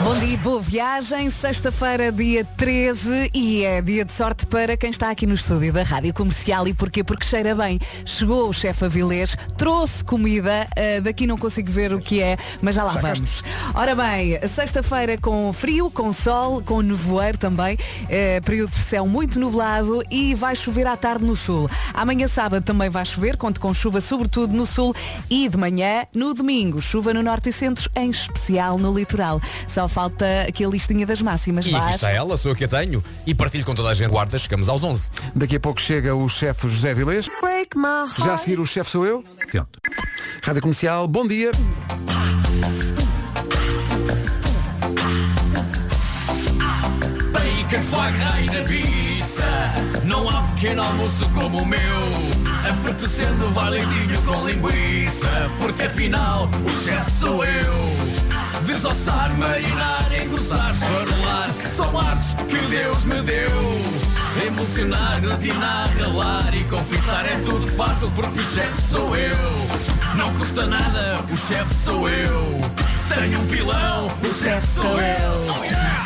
Bom dia, e boa viagem. Sexta-feira, dia 13, e é dia de sorte para quem está aqui no estúdio da Rádio Comercial. E porquê? Porque cheira bem. Chegou o chefe Avilés, trouxe comida, ah, daqui não consigo ver o que é, mas já lá
Já cá
vamos. Ora bem, sexta-feira com frio, com sol, com nevoeiro também, eh, período de céu muito nublado e vai chover à tarde no sul. Amanhã sábado também vai chover, conto com chuva sobretudo no sul e de manhã no domingo, chuva no norte e centro, em especial no litoral. Só falta aqui a listinha das máximas,
E aqui
Vasco.
está ela, sou eu que a tenho. E partilho com toda a gente. Guarda, chegamos aos 11.
Daqui a pouco chega o chefe José Vilês. Já a seguir o chefe sou eu. Rádio Comercial, bom dia.
Bacon, foie gras e na pizza Não há pequeno almoço como o meu Apetecendo valentinho com linguiça Porque afinal o chefe sou eu Desossar, marinar, engrossar, esfarolar São artes que Deus me deu Emocionar, gratinar, ralar e confitar É tudo fácil porque o chefe sou eu Não custa nada, o chefe sou eu Tenho um pilão, o chefe sou eu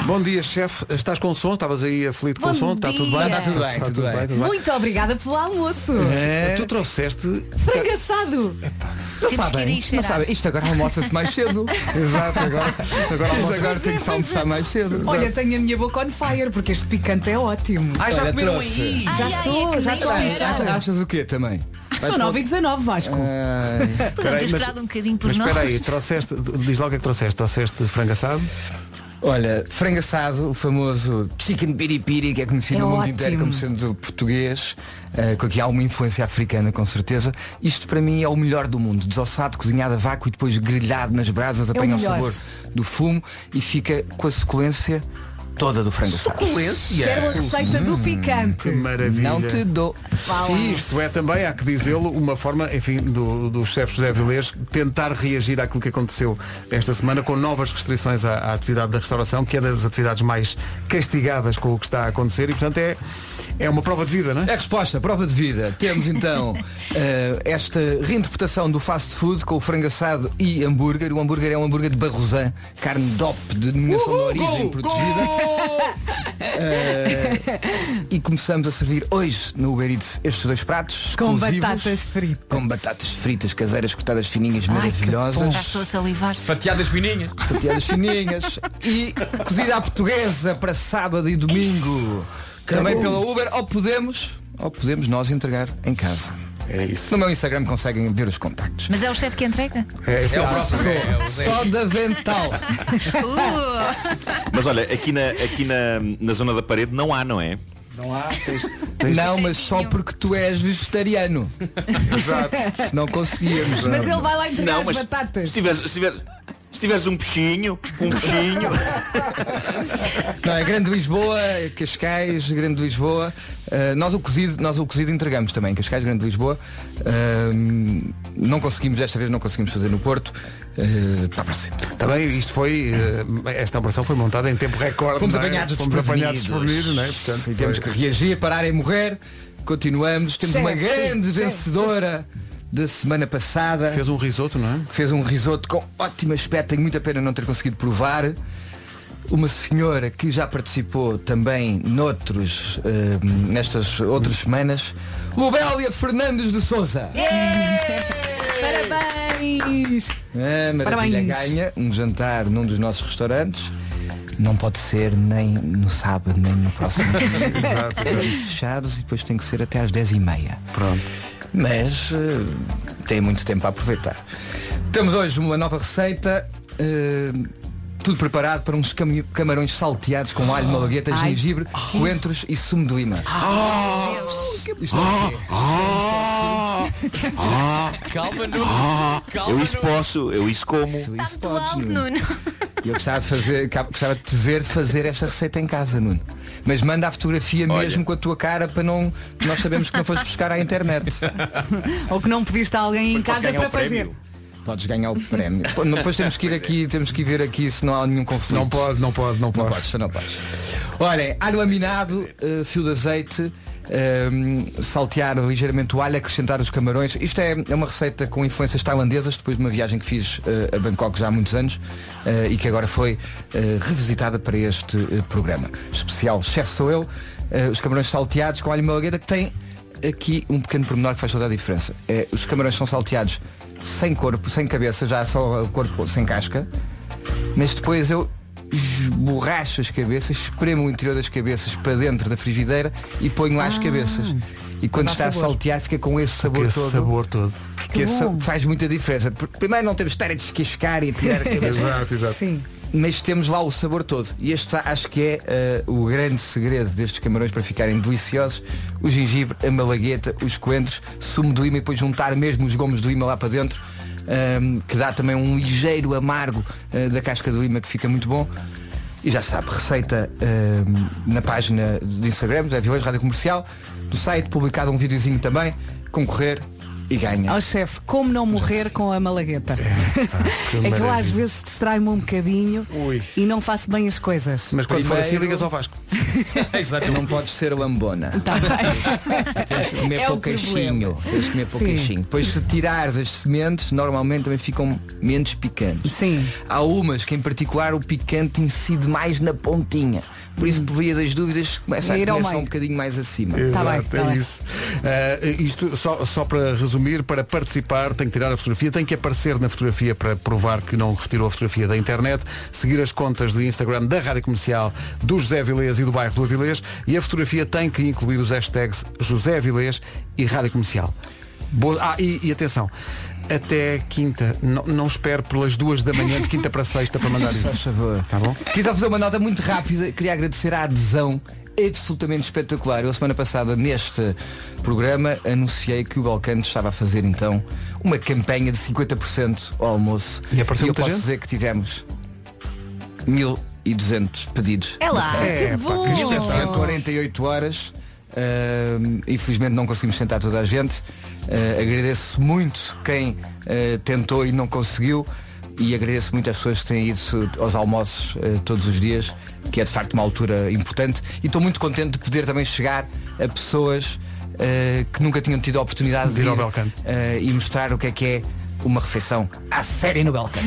Bom dia, chefe. Estás com som? Estavas aí aflito com
Bom
o som? Está tudo bem?
dia. Está tudo bem,
Está
tudo bem. Muito obrigada pelo almoço.
É, Tu trouxeste.
Não
Frangaçado.
sabem, Tá não sabem. Isto agora almoça-se mais cedo.
Exato, agora,
agora
Pois
Isto
é,
agora tem que
pois
se
é.
almoçar mais cedo.
Olha,
Exato.
tenho a minha boca on fire, porque este picante é ótimo.
Ah, já Olha, comeram trouxe. aí?
Já
Ai, ai,
estou,
é que
já
nem
estou.
comeram. Achas- achas o quê também? Vais
São
para o-
9 e 19, Vasco.
É.
Ai.
Podiam ter esperado um bocadinho por
Mas
nós.
espera aí, trouxeste, diz lá o que é que trouxeste. Trouxeste frango assado?
Olha, frango assado, o famoso chicken piripiri, que é conhecido
É
no mundo
ótimo.
inteiro como sendo português, eh, com aqui alguma influência africana, com certeza. Isto para mim é o melhor do mundo. Desossado, cozinhado a vácuo e depois grelhado nas brasas,
É o
apanha o
melhor.
sabor do fumo e fica com a suculência toda do frango assado.
Quero a receita do picante.
Maravilha.
Não te dou.
Fala.
E isto é também, há que dizê-lo, uma forma, enfim, do, do chefe José Vilês tentar reagir àquilo que aconteceu esta semana com novas restrições à, à atividade da restauração, que é das atividades mais castigadas com o que está a acontecer e, portanto, é, é uma prova de vida, não é?
É a resposta, prova de vida. Temos então eh, esta reinterpretação do fast food com o frango assado e hambúrguer. O hambúrguer é um hambúrguer de barrosan, carne DOP, denominação
Uhul,
de origem
gol,
protegida. Eh, e começamos a servir hoje no Uber Eats estes dois pratos
Com
exclusivos,
batatas fritas.
Com batatas fritas caseiras cortadas fininhas,
Ai, que bom. Já
maravilhosas.
estou a salivar.
Fatiadas fininhas.
Fatiadas fininhas. e cozida à portuguesa para sábado e domingo. Também
bom.
pela Uber, ou podemos, ou podemos nós entregar em casa. É isso. No meu Instagram conseguem ver os contactos.
Mas é o chefe que entrega?
só,
próprio, é, é o
só,
Zé.
da vental.
Uh!
Mas olha, aqui, na, aqui na, na zona da parede não há, não é?
Não há. Não, mas só porque tu és vegetariano.
Exato.
Se não conseguíamos.
Mas ele vai lá entregar
Não,
as
mas
batatas.
Se tiveres, se tiveres, se tiveres um peixinho, um peixinho.
Não, é Grande Lisboa, Cascais, Grande Lisboa. Uh, nós, o cozido, nós o cozido entregamos também, Cascais, Grande Lisboa. Uh, não conseguimos, desta vez não conseguimos fazer no Porto. Uh, para a próxima.
Está bem, isto foi, eh, esta operação foi montada em tempo recorde.
Fomos
não é?
apanhados
Fomos apanhados desprevenidos, não é?
E temos que reagir, parar e morrer. Continuamos. Temos uma
Chefe,
grande
chefe.
vencedora da semana passada. Fez
um risoto, não é?
Fez um risoto com ótimo aspecto. Tenho muita pena não ter conseguido provar. Uma senhora que já participou também noutros, eh, nestas outras semanas, Lubélia Fernandes de Souza.
Parabéns!
É, maravilha
Parabéns.
ganha um jantar num dos nossos restaurantes. Não pode ser nem no sábado, nem no próximo dia.
Exato, exato.
Estamos fechados e depois tem que ser até às 10h30. Pronto. Mas eh, tem muito tempo a aproveitar. Temos hoje uma nova receita. eh, tudo preparado para uns cami- camarões salteados com alho, malagueta,
Ai.
gengibre, coentros e sumo de lima.
Oh,
Ah,
Isto é o quê?
Calma, Nuno.
Ah,
Calma,
eu isso posso, eu isso como.
Nuno.
E eu gostava de fazer, gostava de te ver fazer esta receita em casa, Nuno. Mas manda a fotografia mesmo com a tua cara para não. Nós sabemos que não foste buscar à internet.
Ou que não pediste a alguém em
posso
casa
ganhar
para
um prémio.
fazer.
Podes ganhar o prémio. Pô, Depois temos que ir aqui, temos que ir ver aqui se não há nenhum conflito.
Não pode, não pode, não pode.
Não podes, não podes. Olhem, alho aminado, eh, fio de azeite, ehm, saltear ligeiramente o alho, acrescentar os camarões. Isto é, é uma receita com influências tailandesas, depois de uma viagem que fiz eh, a Bangkok já há muitos anos eh, e que agora foi eh, revisitada para este eh, programa. Especial Chefe Sou Eu, eh, os camarões salteados com alho e malagueta que tem aqui um pequeno pormenor que faz toda a diferença. É, os camarões são salteados sem corpo, sem cabeça, já só o corpo sem casca. Mas depois eu esborracho as cabeças, espremo o interior das cabeças para dentro da frigideira e ponho lá as
Ah.
cabeças. E quando
Dá
está
sabor.
a saltear fica com esse sabor
esse
todo.
sabor todo.
Que esse sabor faz muita diferença. Porque Primeiro não temos de estar a descascar e a tirar a cabeça.
Exato, exato.
Sim.
Mas temos lá o sabor todo. E este acho que é eh, o grande segredo destes camarões para ficarem deliciosos. O gengibre, a malagueta, os coentros, sumo do lima e depois juntar mesmo os gomos do lima lá para dentro. ehm, que dá também um ligeiro amargo eh, da casca do lima que fica muito bom. E já sabe, receita ehm, na página do Instagram, da Vilões Rádio Comercial, do site, publicado um videozinho também, concorrer e ganha.
Ao chefe, como não morrer com a malagueta? É que eu às
maravilha.
vezes distraio-me um bocadinho e não faço bem as coisas.
Mas quando for assim ligas ao Vasco.
Exato. Não podes ser lambona. Tens de comer
Tá É o
pouco
problema.
queixinho. Tens de comer pouco
Sim.
queixinho. Depois se tirares as sementes, normalmente também ficam menos picantes. Sim. Há umas que em particular o picante incide mais na pontinha. Por isso, por via das dúvidas, começa a
Ir ao
comer só
meio.
um bocadinho mais acima.
Exato, é isso. Ah, isto, só, só para resumir, para participar, tem que tirar a fotografia, tem que aparecer na fotografia para provar que não retirou a fotografia da internet, seguir as contas de Instagram da Rádio Comercial, do José Vilês e do bairro do Avilés, e a fotografia tem que incluir os hashtags José Vilês e Rádio Comercial. Boa- ah, e, e atenção, até quinta, não, não espero pelas duas da manhã de quinta para sexta para mandar
Faz
isso. Tá bom?
Queria só fazer uma nota muito rápida, queria agradecer a adesão absolutamente espetacular. Eu a semana passada, neste programa, anunciei que o Balcante estava a fazer então uma campanha de 50% ao almoço. E,
apareceu
eu
muita
posso
gente?
dizer que tivemos 1200 pedidos.
É lá,
De-
que É, pá, bom. que espetáculo.
Em 48 horas. ahm, infelizmente não conseguimos sentar toda a gente. Ah, agradeço muito quem ah, tentou e não conseguiu. E agradeço muito às pessoas que têm ido aos almoços ah, todos os dias, que é de facto uma altura importante. E estou muito contente de poder também chegar a pessoas ah, que nunca tinham tido a oportunidade de
De ir
ir
ao Belcanto.
ah, e mostrar o que é que é uma refeição à série no Belcanto.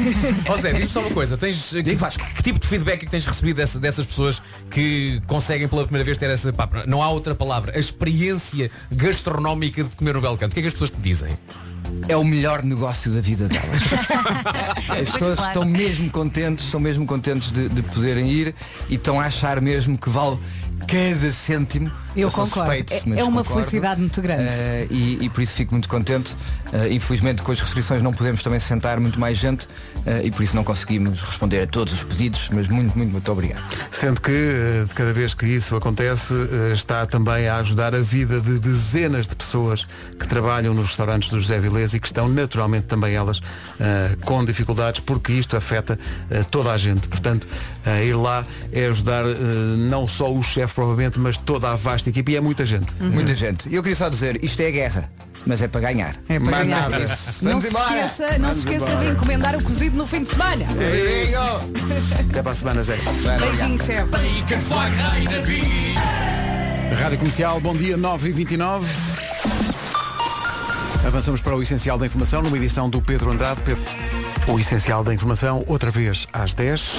Ó Zé, diz-me só uma coisa, tens que, que tipo de feedback é que tens recebido dessa- dessas pessoas que conseguem pela primeira vez ter essa. pá, não há outra palavra, a experiência gastronómica de comer no Belcanto. O que é que as pessoas te dizem?
É o melhor negócio da vida delas. As pessoas estão mesmo contentes, estão mesmo contentes de, de poderem ir e estão a achar mesmo que vale cada cêntimo.
Eu
sou
concordo.
suspeito,
É-
mas
é uma
concordo.
felicidade muito grande.
Eh, e, e por isso fico muito contente. Eh, infelizmente com as restrições não podemos também sentar muito mais gente eh, e por isso não conseguimos responder a todos os pedidos, mas muito, muito, muito obrigado.
Sendo que eh, de cada vez que isso acontece, eh, está também a ajudar a vida de dezenas de pessoas que trabalham nos restaurantes do José Vilés e que estão naturalmente também elas eh, com dificuldades, porque isto afeta eh, toda a gente. Portanto, eh, ir lá é ajudar eh, não só o chefe, provavelmente, mas toda a vasta equipe e é muita gente.
Uhum.
Muita gente. Eu queria só dizer, isto é guerra, mas é para ganhar.
É para
Mais
ganhar.
nada. Isso.
Não
Vamos
se
embora.
esqueça, não se
Vamos
esqueça
embora. É.
de encomendar o cozido no fim de semana.
Até para a semana, Zé.
Beijinho, chefe.
Rádio Comercial, bom dia, 9h29. Avançamos para o Essencial da Informação, numa edição do Pedro Andrade. Pedro. O Essencial da Informação, outra vez às 10.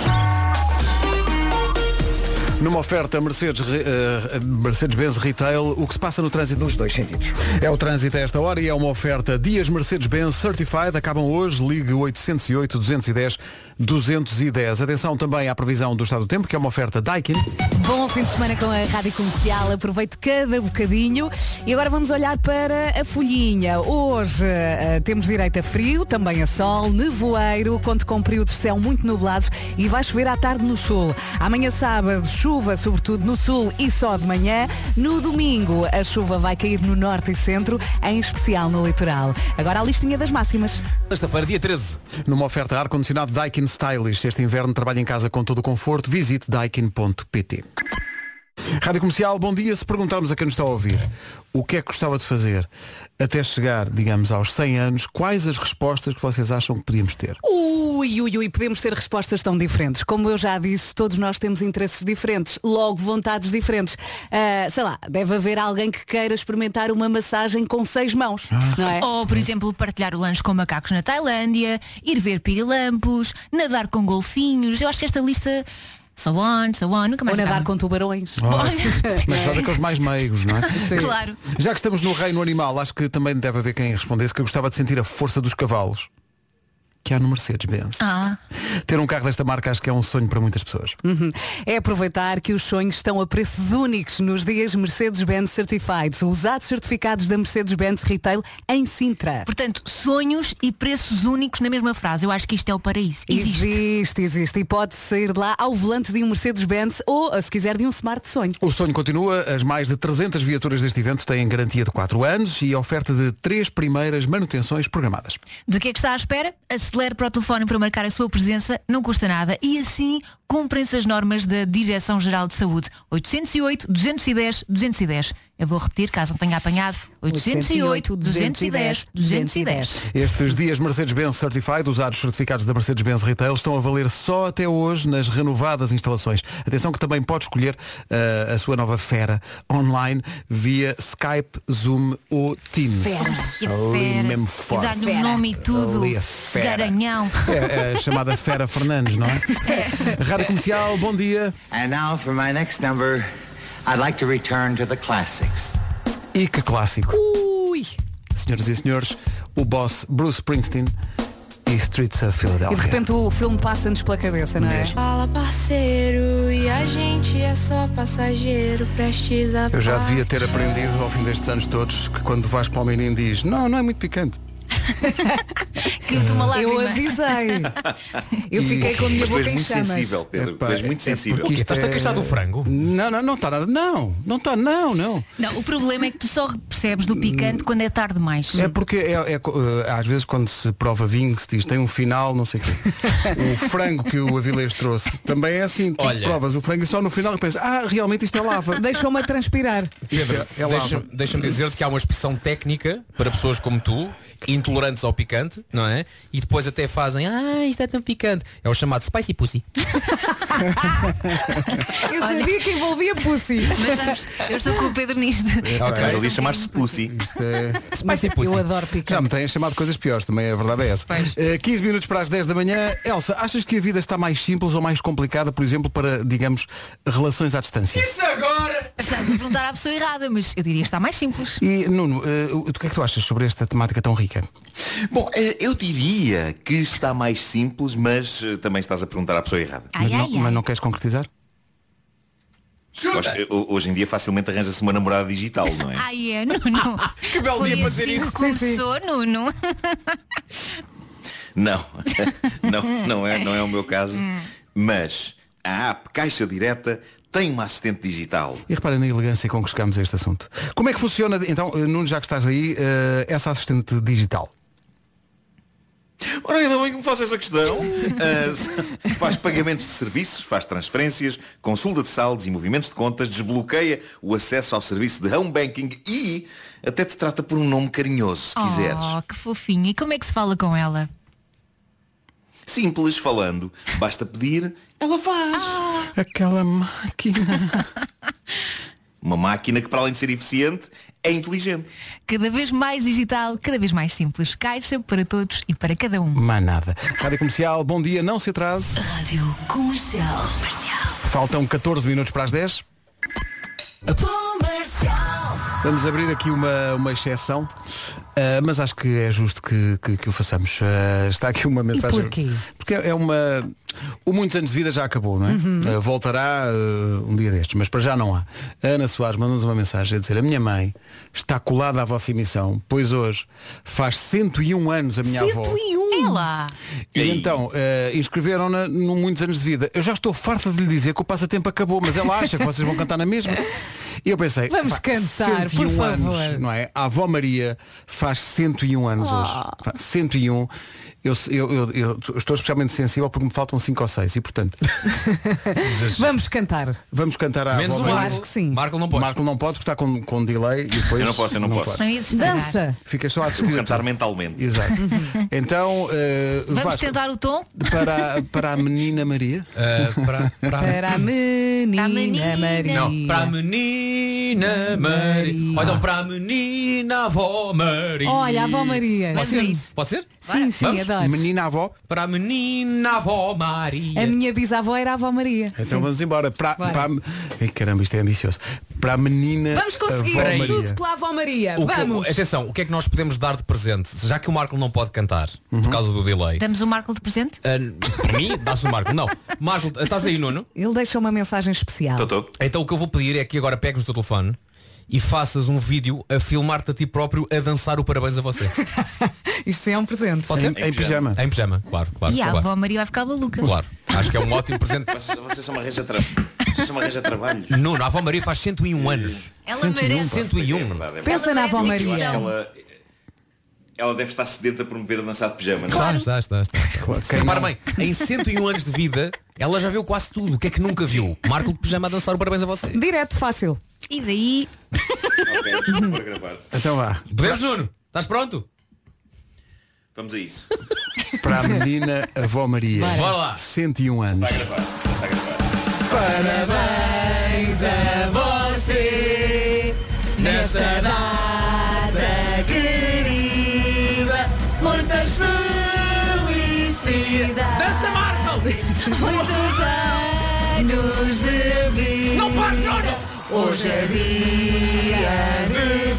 Numa oferta Mercedes, re- eh, Mercedes-Benz Retail, o que se passa no trânsito? Nos dois sentidos. É o trânsito a esta hora e é uma oferta Dias Mercedes-Benz Certified. Acabam hoje, ligue 808-210-210. Atenção também à previsão do estado do tempo, que é uma oferta Daikin.
Bom fim de semana com a Rádio Comercial, aproveito cada bocadinho e agora vamos olhar para a folhinha. Hoje eh, temos direito a frio, também a sol, nevoeiro, conto com períodos de céu muito nublados e vai chover à tarde no sul. Amanhã sábado, chuva sobretudo no sul e só de manhã. No domingo, a chuva vai cair no norte e centro, em especial no litoral. Agora a listinha das máximas.
Sexta-feira, dia 13.
Numa oferta ar-condicionado Daikin Stylish. Este inverno trabalha em casa com todo o conforto. Visite daikin.pt Rádio Comercial, bom dia. Se perguntarmos a quem nos está a ouvir o que é que gostava de fazer até chegar, digamos, aos 100 anos, quais as respostas que vocês acham que podíamos ter?
Ui, ui, ui, podemos ter respostas tão diferentes. Como eu já disse, todos nós temos interesses diferentes, logo vontades diferentes. Ah, sei lá, deve haver alguém que queira experimentar uma massagem com seis mãos, não é?
Ou, por exemplo, partilhar o lanche com macacos na Tailândia, ir ver pirilampos, nadar com golfinhos. Eu acho que esta lista. So on, so on, nunca mais
Ou nadar
acaba.
com tubarões.
Ah, mas só daqueles mais meigos, não é?
Sim. Claro.
Já que estamos no reino animal, acho que também deve haver quem respondesse que eu gostava de sentir a força dos cavalos que há no Mercedes-Benz.
Ah.
Ter um carro desta marca acho que é um sonho para muitas pessoas.
Uhum. É aproveitar que os sonhos estão a preços únicos nos dias Mercedes-Benz Certified, usados certificados da Mercedes-Benz Retail em Sintra.
Portanto, sonhos e preços únicos na mesma frase. Eu acho que isto é o paraíso. Existe.
Existe, existe. E pode sair de lá ao volante de um Mercedes-Benz ou, se quiser, de um Smart Sonho.
O sonho continua, as mais de 300 viaturas deste evento têm garantia de 4 anos e oferta de três primeiras manutenções programadas.
De que é que está à espera? Acelere para o telefone para marcar a sua presença, não custa nada. E assim cumprem-se as normas da Direção-Geral de Saúde. 808-210-210. Eu vou repetir, caso não tenha apanhado. 808-210-210.
Estes dias Mercedes-Benz Certified, usados certificados da Mercedes-Benz Retail, estão a valer só até hoje nas renovadas instalações. Atenção que também pode escolher eh, a sua nova fera online via Skype, Zoom ou Teams.
Que
Ali
fera.
mesmo
E
forte.
dar-lhe um nome e tudo.
Ali a fera.
Garanhão.
É, é a chamada Fera Fernandes, não é? Rádio Comercial, bom dia.
And now for my next number, I'd like to return to the classics.
E que clássico.
Ui!
Senhoras e senhores, o boss Bruce Springsteen e Streets of
E
Philadelphia.
de repente o filme passa-nos pela cabeça, não é?
Fala parceiro, e a gente é só passageiro, prestes a
Eu já devia ter aprendido ao fim destes anos todos que quando vais para o menino diz não, não é muito picante.
Eu avisei. Eu
E-
fiquei com a minha
Mas tu és
boca em
muito
chamas.
sensível, Pedro.
Epá,
tu és muito
é
sensível.
porque isto
Estás-te a
é-
queixar do frango?
Não, não, não está nada. Não, não está, não, não.
Não, o problema é que tu só percebes do picante quando é tarde demais.
Hum.
É porque é, é co- eh, às vezes quando se prova vinho que se diz tem um final, não sei o quê. o frango que o Avilés trouxe também é assim. Tu
Olha.
provas o frango e só no final pensas, ah, realmente isto é lava.
Deixou-me a transpirar.
Pedro,
é lava.
deixa- deixa-me dizer-te que há uma expressão técnica para pessoas como tu, intolerantes ao picante, não é? E depois até fazem, ah, isto é tão picante. É o chamado spicy pussy.
Tá
Eu sabia que envolvia pussy.
Mas sabes, eu estou com o Pedro nisto. um
Mas
É.
ali chamar-se Pussy.
Isto é...
Spicy pussy. Eu adoro picante.
Já me têm chamado coisas piores, também a verdade é essa. Eh, 15 minutos para as 10 da manhã. Elsa, achas que a vida está mais simples ou mais complicada, por exemplo, para, digamos, relações à distância?
agora! Estás a perguntar à pessoa errada, mas eu diria que está mais simples.
E Nuno, eh, o o que é que tu achas sobre esta temática tão rica?
Bom, eh, eu diria que está mais simples, mas eh, também estás a perguntar à pessoa errada.
mas, não, mas não queres concretizar?
Hoje, eh, hoje em dia facilmente arranja-se uma namorada digital, não é?
Ai, é, Nuno. que
belo
Foi
dia para dizer
assim
isso.
que começou, Nuno.
Não, não, não, é, não é o meu caso.
Hum.
Mas a app Caixa Direta tem uma assistente digital.
E reparem na elegância com que chegámos a este assunto. Como é que funciona, então, eh, Nuno, já que estás aí, eh, essa assistente digital?
Ora, ainda bem que me faz essa questão. Ah, faz pagamentos de serviços, faz transferências, consulta de saldos e movimentos de contas, desbloqueia o acesso ao serviço de home banking e até te trata por um nome carinhoso, se quiseres.
Oh, que fofinho. E como é que se fala com ela?
Simples falando, basta pedir
Ela faz.
Ah. Aquela máquina.
uma máquina que para além de ser eficiente, é inteligente.
Cada vez mais digital, cada vez mais simples. Caixa para todos e para cada um.
Mas nada. Rádio Comercial, bom dia, não se atrase.
Rádio Comercial.
Faltam 14 minutos para as 10. Vamos abrir aqui uma, uma exceção, ah, mas acho que é justo que, que, que o façamos. Ah, está aqui uma mensagem.
porquê?
Porque é uma. O muitos anos de vida já acabou, não é?
Uhum.
Ah, voltará ah, um dia destes, mas para já não há. A Ana Soares mandou-nos uma mensagem a dizer: A minha mãe está colada à vossa emissão, pois hoje faz 101 anos a
um
minha avó.
Ela.
E então, eh, inscreveram-na num muitos anos de vida. Eu já estou farta de lhe dizer que o passatempo acabou, mas ela acha que vocês vão cantar na mesma. E eu pensei,
Vamos
pá,
cantar, por
101
favor.
anos, não é? A avó Maria faz 101 anos
Oh.
hoje. Pá, 101. Eu, eu- eu- eu estou especialmente sensível porque me faltam 5 ou 6 e portanto
Vamos cantar.
vamos cantar à
Menos o
um
Bob
Marco.
Dylan.
Acho que sim.
Marco não pode. Marco não pode porque está com, com delay e depois.
Eu não posso, eu não posso.
pode.
Dança.
Ficas só a assistir.
Cantar mentalmente.
Exato. Então, eh,
Vamos
Vasco,
tentar o tom?
para, a- para a menina Maria.
Ah, para,
Para a menina, Maria.
Não, para a menina Maria. Ou então para a menina avó Maria.
Olha, a avó Maria.
Pode
Vamos a
ser?
isso.
Pode ser?
Sim, sim,
Vamos?
adoro.
Menina avó.
Para a menina avó Maria.
A minha bisavó era a avó Maria.
Então vamos embora. Para,
Bora.
para a me- Ai, caramba, isto é ambicioso. Para a menina.
Vamos conseguir
avó Maria.
tudo pela avó Maria.
O que-
Vamos.
atenção, o que é que nós podemos dar de presente? Já que o Marco não pode cantar
Uhum.
por causa do delay.
Damos o Marco de presente?
Ah, Para mim, dá-se o Marco. Não. Marco, estás aí, Nuno?
Ele deixa uma mensagem especial.
Então o que eu vou pedir é que agora pegues o teu telefone e faças um vídeo a filmar-te a ti próprio a dançar o parabéns a você.
Isto sim é um presente.
Pode ser? Em pijama, claro, claro.
e a
claro.
avó Maria vai ficar maluca.
Claro. Acho que é um ótimo presente.
Vocês são uma rede de trabalho. Vocês são uma rede de trabalho.
Nuno, a avó Maria faz 101 anos.
Ela
101,
merece.
101.
É
É
Pensa na avó
Eu acho que
Maria.
Ela, ela deve estar sedenta por me ver a dançar de pijama. não é?
Está, está, está, está. Se Repara bem, em 101 anos de vida, ela já viu quase tudo. O que é que nunca viu? Marco de pijama a dançar o parabéns a você.
Direto, fácil.
E daí.
Então vá.
Podemos, Nuno? Estás pronto?
Vamos a isso.
Para a menina avó Maria.
Bora. Bora lá.
101 anos.
Vai gravar. Vai gravar.
Parabéns a você nesta data querida. Muitas felicidades. Dança, Marco! Muitos anos de vida. Não pare, Hoje é dia de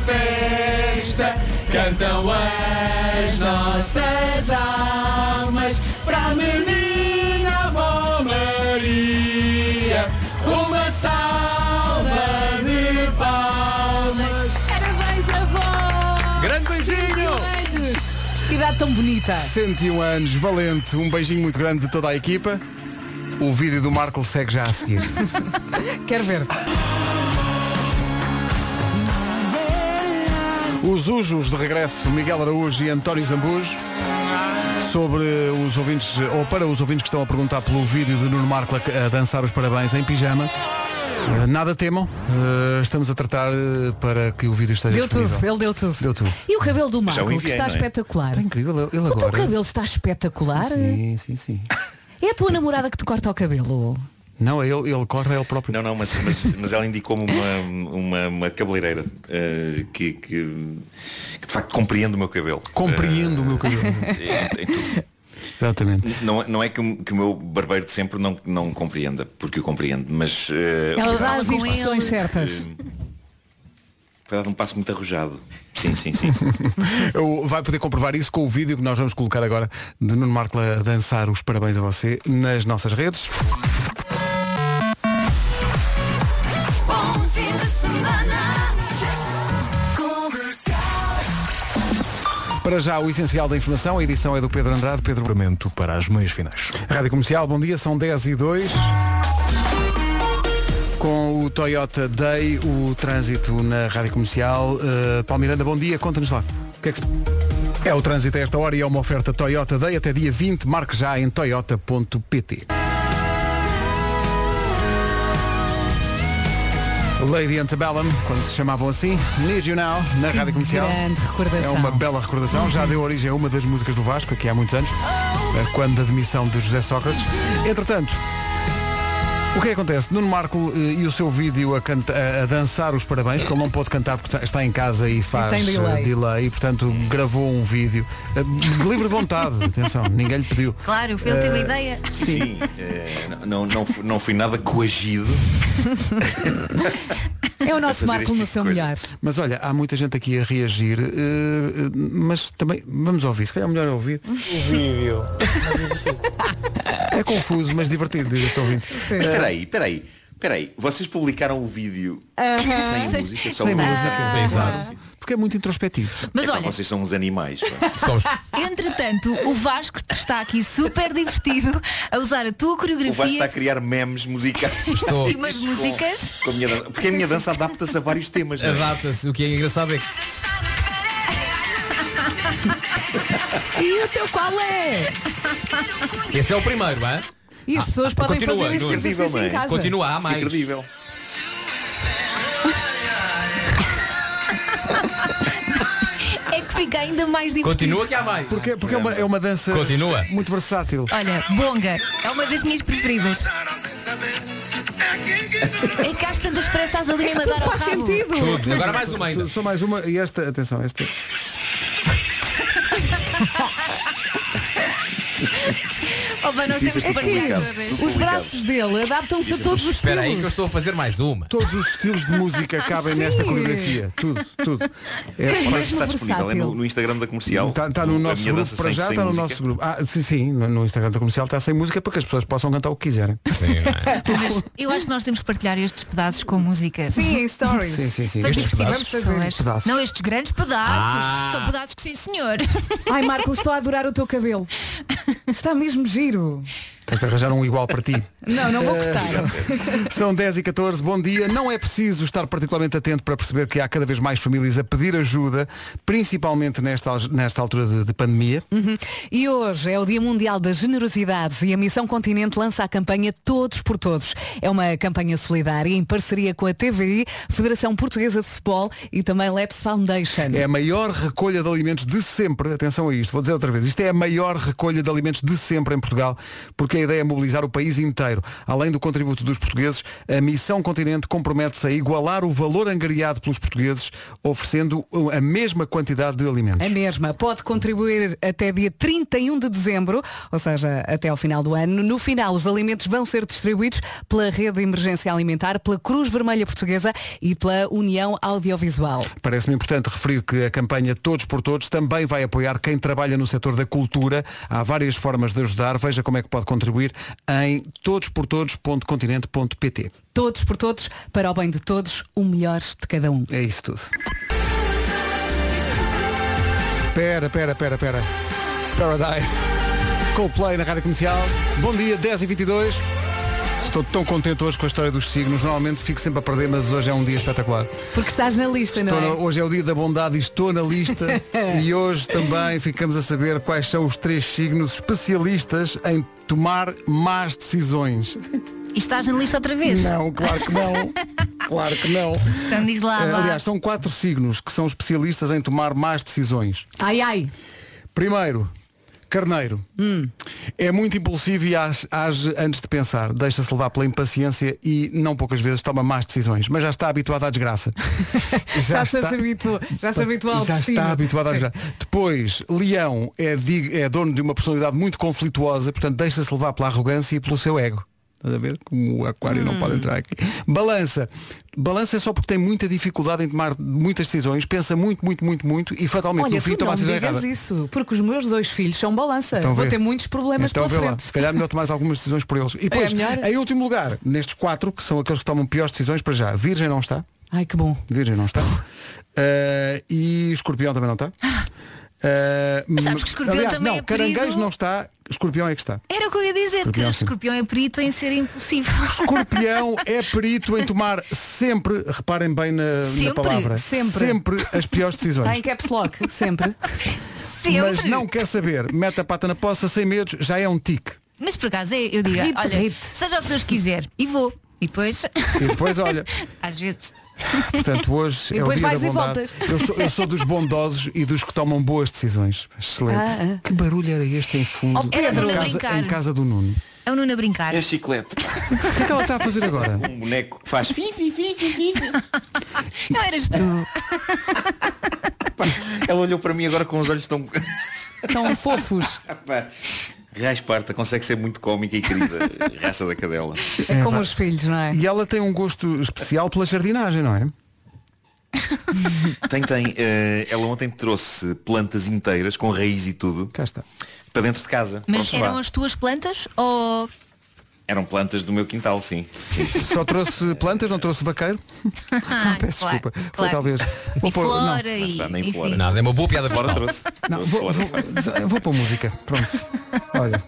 festa. Cantam as nossas almas para a menina Vó Maria. Uma salva de palmas.
Parabéns, avó!
Grande beijinho!
Que idade tão bonita.
101 anos, valente. Um beijinho muito grande de toda a equipa. O vídeo do Marco segue já a seguir.
Quero ver.
Os Ujos de regresso, Miguel Araújo e António Zambujo. Sobre os ouvintes, ou para os ouvintes que estão a perguntar pelo vídeo de Nuno Marco a a dançar os parabéns em pijama, eh, nada temam, eh, estamos a tratar eh, para que o vídeo esteja
Deu
disponível.
tudo, ele deu tudo.
Deu tudo.
E o cabelo do
Já o
Marco, que
enviei,
está
não é?
espetacular. Então,
Está incrível, ele
O teu
agora.
cabelo está espetacular.
Sim, sim, sim.
É a tua namorada que te corta o cabelo.
Não, ele, ele corre a ele próprio.
Não, não, mas, mas, mas ela indicou-me uma, uma, uma cabeleireira eh, que, que, que de facto compreende o meu cabelo.
Compreendo o meu cabelo.
Eh, em- em tudo.
Exatamente.
Não, não é que, o- que o meu barbeiro de sempre não, não compreenda, porque o compreende, mas eh,
Ela
foi
dá as
dado-
instruções certas.
Eh, foi dado um passo muito arrojado. Sim, sim, sim.
Eu- Vai poder comprovar isso com o vídeo que nós vamos colocar agora de Nuno Marco a dançar os parabéns a você nas nossas redes. Para já o essencial da informação, a edição é do Pedro Andrade, Pedro Momento para as meias finais. Rádio Comercial, bom dia, são 10 e 2. Com o Toyota Day, o trânsito na Rádio Comercial. Uh, Palmiranda, bom dia, conta-nos lá. O que é que se- É o trânsito a esta hora e é uma oferta Toyota Day até dia 20. Marque já em toyota.pt. Lady Antebellum, quando se chamavam assim, Need You Now, na Rádio Comercial.
grande recordação.
É uma bela recordação, já deu origem a uma das músicas do Vasco, aqui há muitos anos, eh, quando da demissão de José Sócrates. Entretanto, o que é que acontece? Nuno Marco eh, e o seu vídeo a, canta- a- a dançar os parabéns, porque ele não pode cantar porque tá- está em casa e faz
tem delay.
eh, delay, portanto gravou um vídeo eh, de livre vontade, atenção, ninguém lhe pediu.
Claro, ele teve
Eh,
a ideia.
Sim, eh, não, não, não, fui, não fui nada coagido.
É o
A
nosso
fazer
Marco
este
no
tipo de
seu
coisa.
melhor.
Mas olha, há muita gente aqui a reagir, eh, eh, mas também vamos ouvir, se calhar é melhor ouvir.
O vídeo.
É confuso, mas divertido, diz este ouvinte.
Mas espera aí, espera aí. Espera aí, vocês publicaram o vídeo
Ah,
Aham.
sem música, só
Sem
o-
música.
Ah.
Exato. Porque é muito introspectivo.
Mas
É pá,
olha-
Vocês são uns animais. pá.
Entretanto, o Vasco está aqui super divertido a usar a tua
O Vasco está a
coreografia
criar memes musicais.
e umas músicas.
Com a minha dança. Porque a minha dança adapta-se a vários temas. não é?
Adapta-se. O que é engraçado é que
E o teu qual é?
Esse é o primeiro, hã?
E as pessoas podem
Ah, continua,
fazer este
Nuno.
exercício em casa.
Continua, há
É
mais.
Incrível.
É que fica ainda mais divertido.
mais.
Porque, porque é, uma, é uma dança
Continua.
muito versátil.
Ah,
Olha, bonga, é uma das minhas preferidas. É que às tantas parece estás
É
É
ali mesmo a dar ao rabo.
Tudo. Agora mais uma ainda.
Só mais uma e esta, atenção, esta.
Oh, bem, nós
Isso
temos
é
que partilhar.
complicado.
Os braços dele adaptam-se a todos os
Espera aí que eu
estilos.
estou a fazer mais uma.
Todos os estilos de música cabem
Sim.
nesta coreografia. Tudo, tudo.
Onde
É,
é que
olha,
está disponível? É no, no Instagram da comercial.
Está, está Tá, no
A
nosso
minha
grupo,
dança
para
sem-
já
sem
está no
música.
nosso grupo. Ah, sim, sim, no, no Instagram da comercial está sem música para que as pessoas possam cantar o que quiserem.
Mas eu acho que nós temos que partilhar estes pedaços com música.
Sim, em stories.
Sim, sim, sim.
Para
Estes
divertir as
pedaços.
pessoas.
Pedaços.
Não, estes grandes pedaços.
Ah.
São pedaços que sim, senhor.
Ai, Marcos, estou a adorar o teu cabelo. Está mesmo giro.
Tens que arranjar um igual para ti.
Não, não vou
Eh,
cortar.
São 10 e 14, bom dia. Não é preciso estar particularmente atento para perceber que há cada vez mais famílias a pedir ajuda, principalmente nesta, al- nesta altura de, de pandemia.
Uhum. E hoje é o Dia Mundial da Generosidade e a Missão Continente lança a campanha Todos por Todos. É uma campanha solidária em parceria com a TVI, Federação Portuguesa de Futebol e também Leps Foundation.
É a maior recolha de alimentos de sempre, atenção a isto, vou dizer outra vez, isto é a maior recolha de alimentos de sempre em Portugal, porque a ideia é mobilizar o país inteiro. Além do contributo dos portugueses, a Missão Continente compromete-se a igualar o valor angariado pelos portugueses, oferecendo a mesma quantidade de alimentos.
A mesma. Pode contribuir até dia 31 de dezembro, ou seja, até ao final do ano. No final, os alimentos vão ser distribuídos pela Rede de Emergência Alimentar, pela Cruz Vermelha Portuguesa e pela União Audiovisual.
Parece-me importante referir que a campanha Todos por Todos também vai apoiar quem trabalha no setor da cultura. Há várias formas de ajudar. Veja como é que pode contribuir em todosportodos.continente.pt.
Todos por todos, para o bem de todos, o melhor de cada um.
É isso tudo. Pera, pera, pera, pera. Paradise. Coldplay na Rádio Comercial. Bom dia, 10 e 22 Estou tão contente hoje com a história dos signos. Normalmente fico sempre a perder, mas hoje é um dia espetacular.
Porque estás na lista,
Estou
não é?
na- hoje é o dia da bondade e estou na lista. e hoje também ficamos a saber quais são os três signos especialistas em tomar más decisões.
E estás na lista outra vez?
Não, claro que não. Claro que não.
Então diz lá,
Eh,
vá.
aliás, são quatro signos que são especialistas em tomar más decisões.
Ai, ai.
Primeiro, carneiro.
Hum.
É muito impulsivo e age, age antes de pensar. Deixa-se levar pela impaciência e não poucas vezes toma más decisões. Mas já está habituado à desgraça.
Já, se habitua- já se habitua ao
Já
destino.
está habituado a jogar. Depois, Leão é, dig- é dono de uma personalidade muito conflituosa, portanto deixa-se levar pela arrogância e pelo seu ego. Estás a ver? Como o aquário não
Hum.
pode entrar aqui. Balança. Balança é só porque tem muita dificuldade em tomar muitas decisões, pensa muito, muito, muito, muito e fatalmente
Olha,
no fim
tu
toma
não
a
me
decisão errada.
digas isso, porque os meus dois filhos são balança.
Então
Vou
vê.
ter muitos problemas
então
pela
vê lá,
frente. É
se calhar melhor tomar algumas decisões por eles. E depois,
melhor?
em último lugar, nestes quatro, que são aqueles que tomam piores decisões para já, Virgem não está.
Ai, que bom.
Virgem não está. Eh, e Escorpião também não está. Eh,
Ah. Mas sabes que Escorpião
aliás,
também
não,
é perigo?
Caranguejo não está, Escorpião é que está.
Era o que eu ia dizer,
Escorpião,
que o
sim.
escorpião é perito em ser impossível.
Escorpião é perito em tomar sempre, reparem bem na, na
Sempre?
palavra,
Sempre.
as piores
Está
decisões.
em caps lock, sempre.
Mas não quer saber, mete a pata na poça sem medos, já é um tique.
Mas por acaso é- eu digo,
Rite,
olha,
rite.
seja o que Deus quiser, e vou. E depois,
E depois, olha,
às vezes.
portanto, hoje
E
é o
depois
dia da
vais e
bondade.
voltas.
Eu sou, eu sou dos bondosos e dos que tomam boas decisões. Excelente.
Ah,
Que barulho era este em fundo?
Oh, Pedro. Era Nuno
em,
a
casa,
brincar.
em casa do Nuno.
É o Nuno a brincar.
É chiclete.
O que é que ela está a fazer agora?
Um boneco que faz fim.
Não eras tu.
Ela olhou para mim agora com os olhos tão.
Tão fofos.
Pá, Rasparta, consegue ser muito cómica e querida. Raça da cadela.
É como os filhos, não é?
E ela tem um gosto especial pela jardinagem, não é?
Tem, tem. eh, ela ontem trouxe plantas inteiras, com raiz e tudo.
Cá está.
Para dentro de casa. para o
Mas
sofá.
eram as tuas plantas ou.
Eram plantas do meu quintal, sim.
Só trouxe plantas, não trouxe vaqueiro? Peço
Ah, Claro,
desculpa.
claro.
Foi talvez. Vou
E
pôr- não.
flora e. enfim.
Nada, é uma boa piada
Flora
fiscal.
trouxe.
Não,
Trouxe
vou,
flora.
vou, vou pôr música. Pronto. Olha.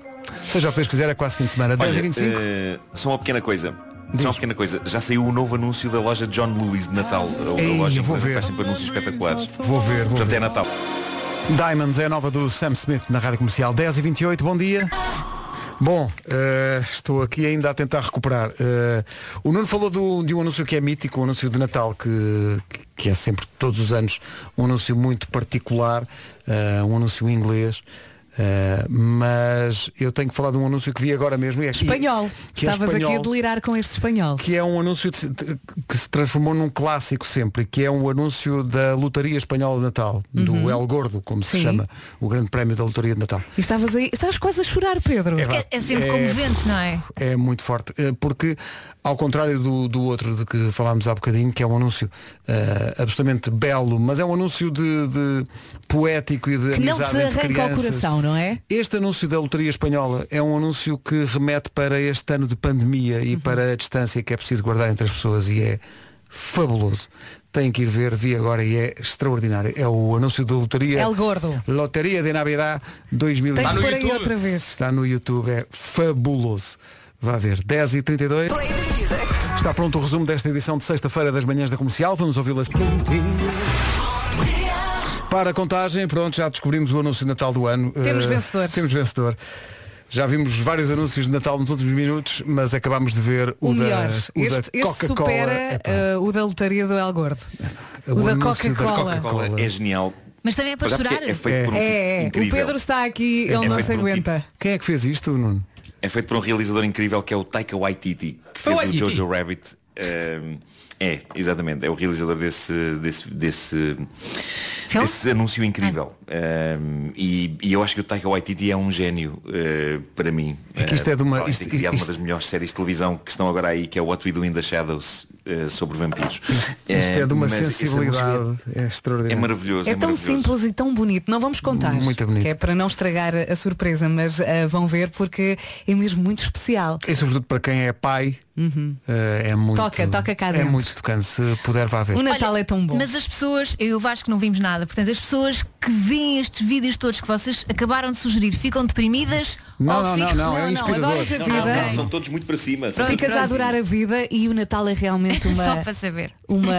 Seja o que Deus quiser, é quase fim de semana. 10
Olha,
e 25
eh, só uma pequena coisa. Só uma pequena coisa. Já saiu o novo anúncio da loja John Lewis de Natal. A outra
Ei,
loja
vou
inglesa que
ver.
eh,
faz sempre anúncios espetaculares.
Vou ver, vou
Portanto, é Natal.
Diamonds é a nova do Sam Smith na Rádio Comercial 10 e 28, bom dia. Bom, eh, estou aqui ainda a tentar recuperar. Eh, o Nuno falou do- de um anúncio que é mítico, um anúncio de Natal, que, que é sempre, todos os anos, um anúncio muito particular, eh, um anúncio em inglês. eh, mas eu tenho que falar de um anúncio que vi agora mesmo. E é,
Espanhol.
Que é
Estavas aqui a
espanhol.
delirar com este espanhol.
que é um anúncio de- de- que se transformou num clássico sempre, que é um anúncio da Lotaria Espanhola de Natal, do El Gordo, como se
Uhum. Sim.
chama, o grande prémio da Lotaria de Natal.
E estavas aí, estavas quase a chorar, Pedro.
É verdade. É sempre É- comovente,
não é?
É muito forte, eh, porque ao contrário do, do outro de que falámos há bocadinho, que é um anúncio eh, absolutamente belo, mas é um anúncio de, de poético e de
Que não
amizade
te
entre
arranca o
crianças.
coração, não é?
Este anúncio da Lotaria Espanhola é um anúncio que remete para este ano de pandemia
Uhum.
e para a distância que é preciso guardar entre as pessoas e é fabuloso. Tem que ir ver, vi agora e é extraordinário. É o anúncio da Lotaria.
El Gordo.
Lotaria de Navidad 2020.
Tens de Está no pôr aí YouTube? outra vez.
Está no YouTube, é fabuloso. Vá ver. 10 e 32 Está pronto o resumo desta edição de sexta-feira das manhãs da comercial. Vamos ouvi-la. Para a contagem, pronto, já descobrimos o anúncio de Natal do ano.
Temos
Eh,
vencedor.
Temos vencedor. Já vimos vários anúncios de Natal nos últimos minutos, mas acabámos de ver o,
O
da,
melhor.
o da
este este
Coca-Cola.
supera eh, o da lotaria do El Gordo.
O
O, da
anúncio da
Coca-Cola.
Coca-Cola é genial.
Mas também é para
Mas é porque
chorar.
é feito por um
É, é.
tipo
O
incrível.
Pedro está aqui,
É
ele não
feito
se
por um
aguenta.
Quem é que fez isto, Nuno?
É feito por um realizador incrível que é o Taika Waititi, que
É o
fez o
Waititi.
Jojo Rabbit. Ahm, é, exatamente, é o realizador desse, desse, desse, desse anúncio incrível. Ahm, e, e eu acho que o Taika Waititi é um gênio eh, para mim.
É que isto
Eh,
é de uma-
ele tem
isto-
criado
isto-
uma das melhores séries de televisão que estão agora aí, que é o What We Do in the Shadows, eh, sobre vampiros. Eh,
Isto é de uma sensibilidade é,
É
extraordinária.
maravilhoso.
É,
é
tão
maravilhoso.
simples e tão bonito. Não vamos contar.
Muito bonito.
Que é para não estragar a surpresa, mas ah, vão ver porque é mesmo muito especial.
E sobretudo para quem é pai, eh, é muito.
Uhum. Toca, toca cá
É
dentro.
muito tocante, se puder vá ver.
O Natal é tão bom.
Mas as pessoas, eu e o Vasco não vimos nada, portanto as pessoas que veem estes vídeos todos que vocês acabaram de sugerir ficam deprimidas
Não,
ou
não, não,
ficam.
não, é
Não, não,
inspirador.
adoras a
Não,
vida.
é?
não, são todos muito para cima. são todos
Ficas
para
a
cima.
adorar a vida e o Natal é realmente uma,
Só para saber.
uma,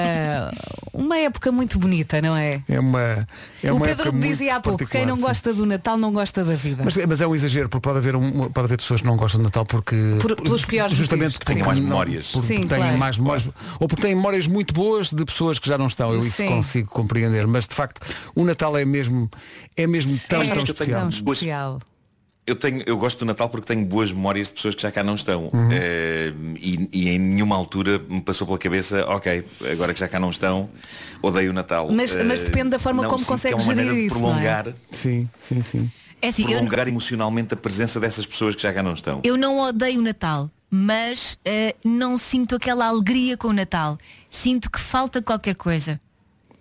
uma época muito bonita, não é?
É uma. É
o
uma
Pedro
época
dizia
muito
há pouco, quem
particular,
não
sim.
gosta do Natal não gosta da vida.
Mas, mas é um exagero, porque pode haver, um, pode haver pessoas que não gostam de Natal porque.
Por- pelos piores
Justamente
motivos,
porque têm
sim.
mais
Não,
memórias. Porque
Sim,
têm
claro.
mais memórias. Ou porque têm memórias muito boas de pessoas que já não estão. Eu isso
Sim.
consigo compreender. Mas de facto, o Natal é mesmo, é mesmo tão,
Mas
tão
sabes que eu tenho
especial.
duas- Eu, tenho, eu gosto do Natal porque tenho boas memórias de pessoas que já cá não estão.
Uhum.
Eh, e, e em nenhuma altura me passou pela cabeça, ok, agora que já cá não estão, odeio o Natal. Eh,
Mas- mas depende da forma
não,
como
sinto que é
consegues
uma maneira
gerir
de
isso, não é?
prolongar,
Sim, sim, sim.
É assim, eu,
prolongar emocionalmente a presença dessas pessoas que já cá não estão.
eu não odeio o Natal, mas eh, não sinto aquela alegria com o Natal. Sinto que falta qualquer coisa.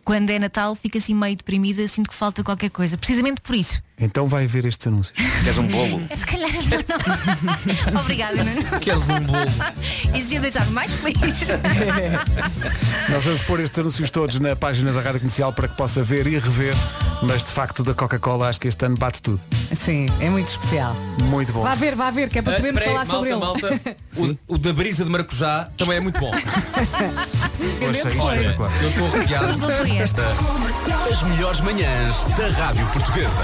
Quando é Natal fico assim meio deprimida, sinto que falta qualquer coisa. Precisamente por isso.
Então vai ver estes anúncios.
Queres um bolo?
É se calhar não, não. Obrigada, Nuno.
Queres um bolo?
Isso ia deixar-me mais feliz.
Nós vamos pôr estes anúncios todos na página da Rádio Comercial para que possa ver e rever. Mas de facto da Coca-Cola acho que este ano bate tudo.
Sim, é muito especial.
Muito bom.
Vá ver, vá ver, que é para
Ah,
podermos
espera aí,
falar sobre ele.
malta, Malta, o, o da brisa de maracujá também é muito bom.
Eu achei é isto
Olha,
espetacular.
eu estou arrepiado.
Nunca fui esta.
As melhores manhãs da Rádio Portuguesa.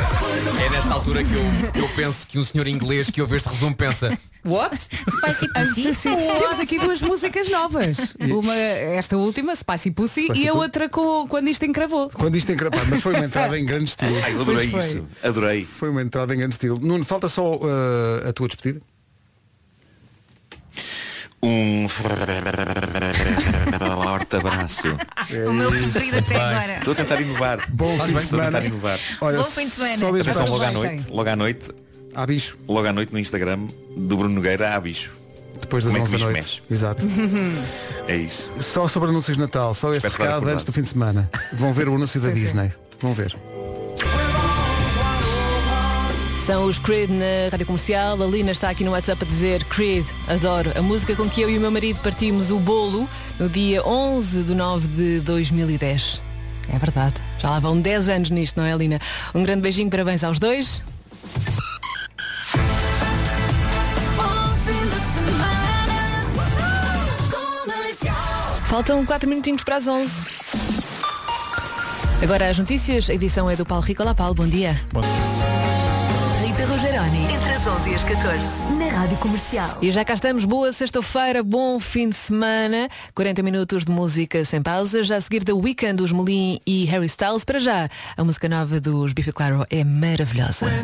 É nesta altura que eu, eu penso que um senhor inglês que ouve este resumo pensa.
What?
Spicy
Pussy. Temos aqui duas músicas novas. Uma, esta última, Spicy Pussy,
Spicy
e a
Pussy.
outra com, quando isto encravou.
Quando isto encrapado, mas foi uma entrada em grande estilo.
Ai, eu adorei
Pois foi.
isso. Adorei.
Foi uma entrada em grande estilo. Nuno, falta só uh, a tua despedida.
Um forte abraço.
O meu preferido até agora.
Estou a tentar inovar.
Bom
Faz
fim de
bem, Estou a tentar
semana.
inovar.
Olha,
Bom fim de semana.
Só mesmo
Atenção,
para-
logo à noite, logo à noite,
há bicho.
Logo à noite no Instagram do Bruno Nogueira há bicho.
Depois das
Como é
11
que
da
o bicho
noite. Exato.
É isso.
Só sobre anúncios de Natal, só este
Espero estar
recado
acordado.
antes do fim de semana. Vão ver o anúncio da Disney. Vão ver.
São os Creed na rádio comercial. A Lina está aqui no WhatsApp a dizer: Creed, adoro. A música com que eu e o meu marido partimos o bolo no dia 11 de 9 de 2010. É verdade. Já lá vão 10 anos nisto, não é, Lina? Um grande beijinho, parabéns aos dois. Faltam 4 minutinhos para as 11.
Agora as notícias, a edição é do Paulo Rico. Olá, Paulo, bom dia.
Rita Rogeroni, entre as 11 e as 14, na Rádio Comercial.
E já cá estamos, boa sexta-feira, bom fim de semana. 40 minutos de música sem pausa. Já a seguir da Weekend, os Molim e Harry Styles. Para já, a música nova dos Biffy Claro é maravilhosa.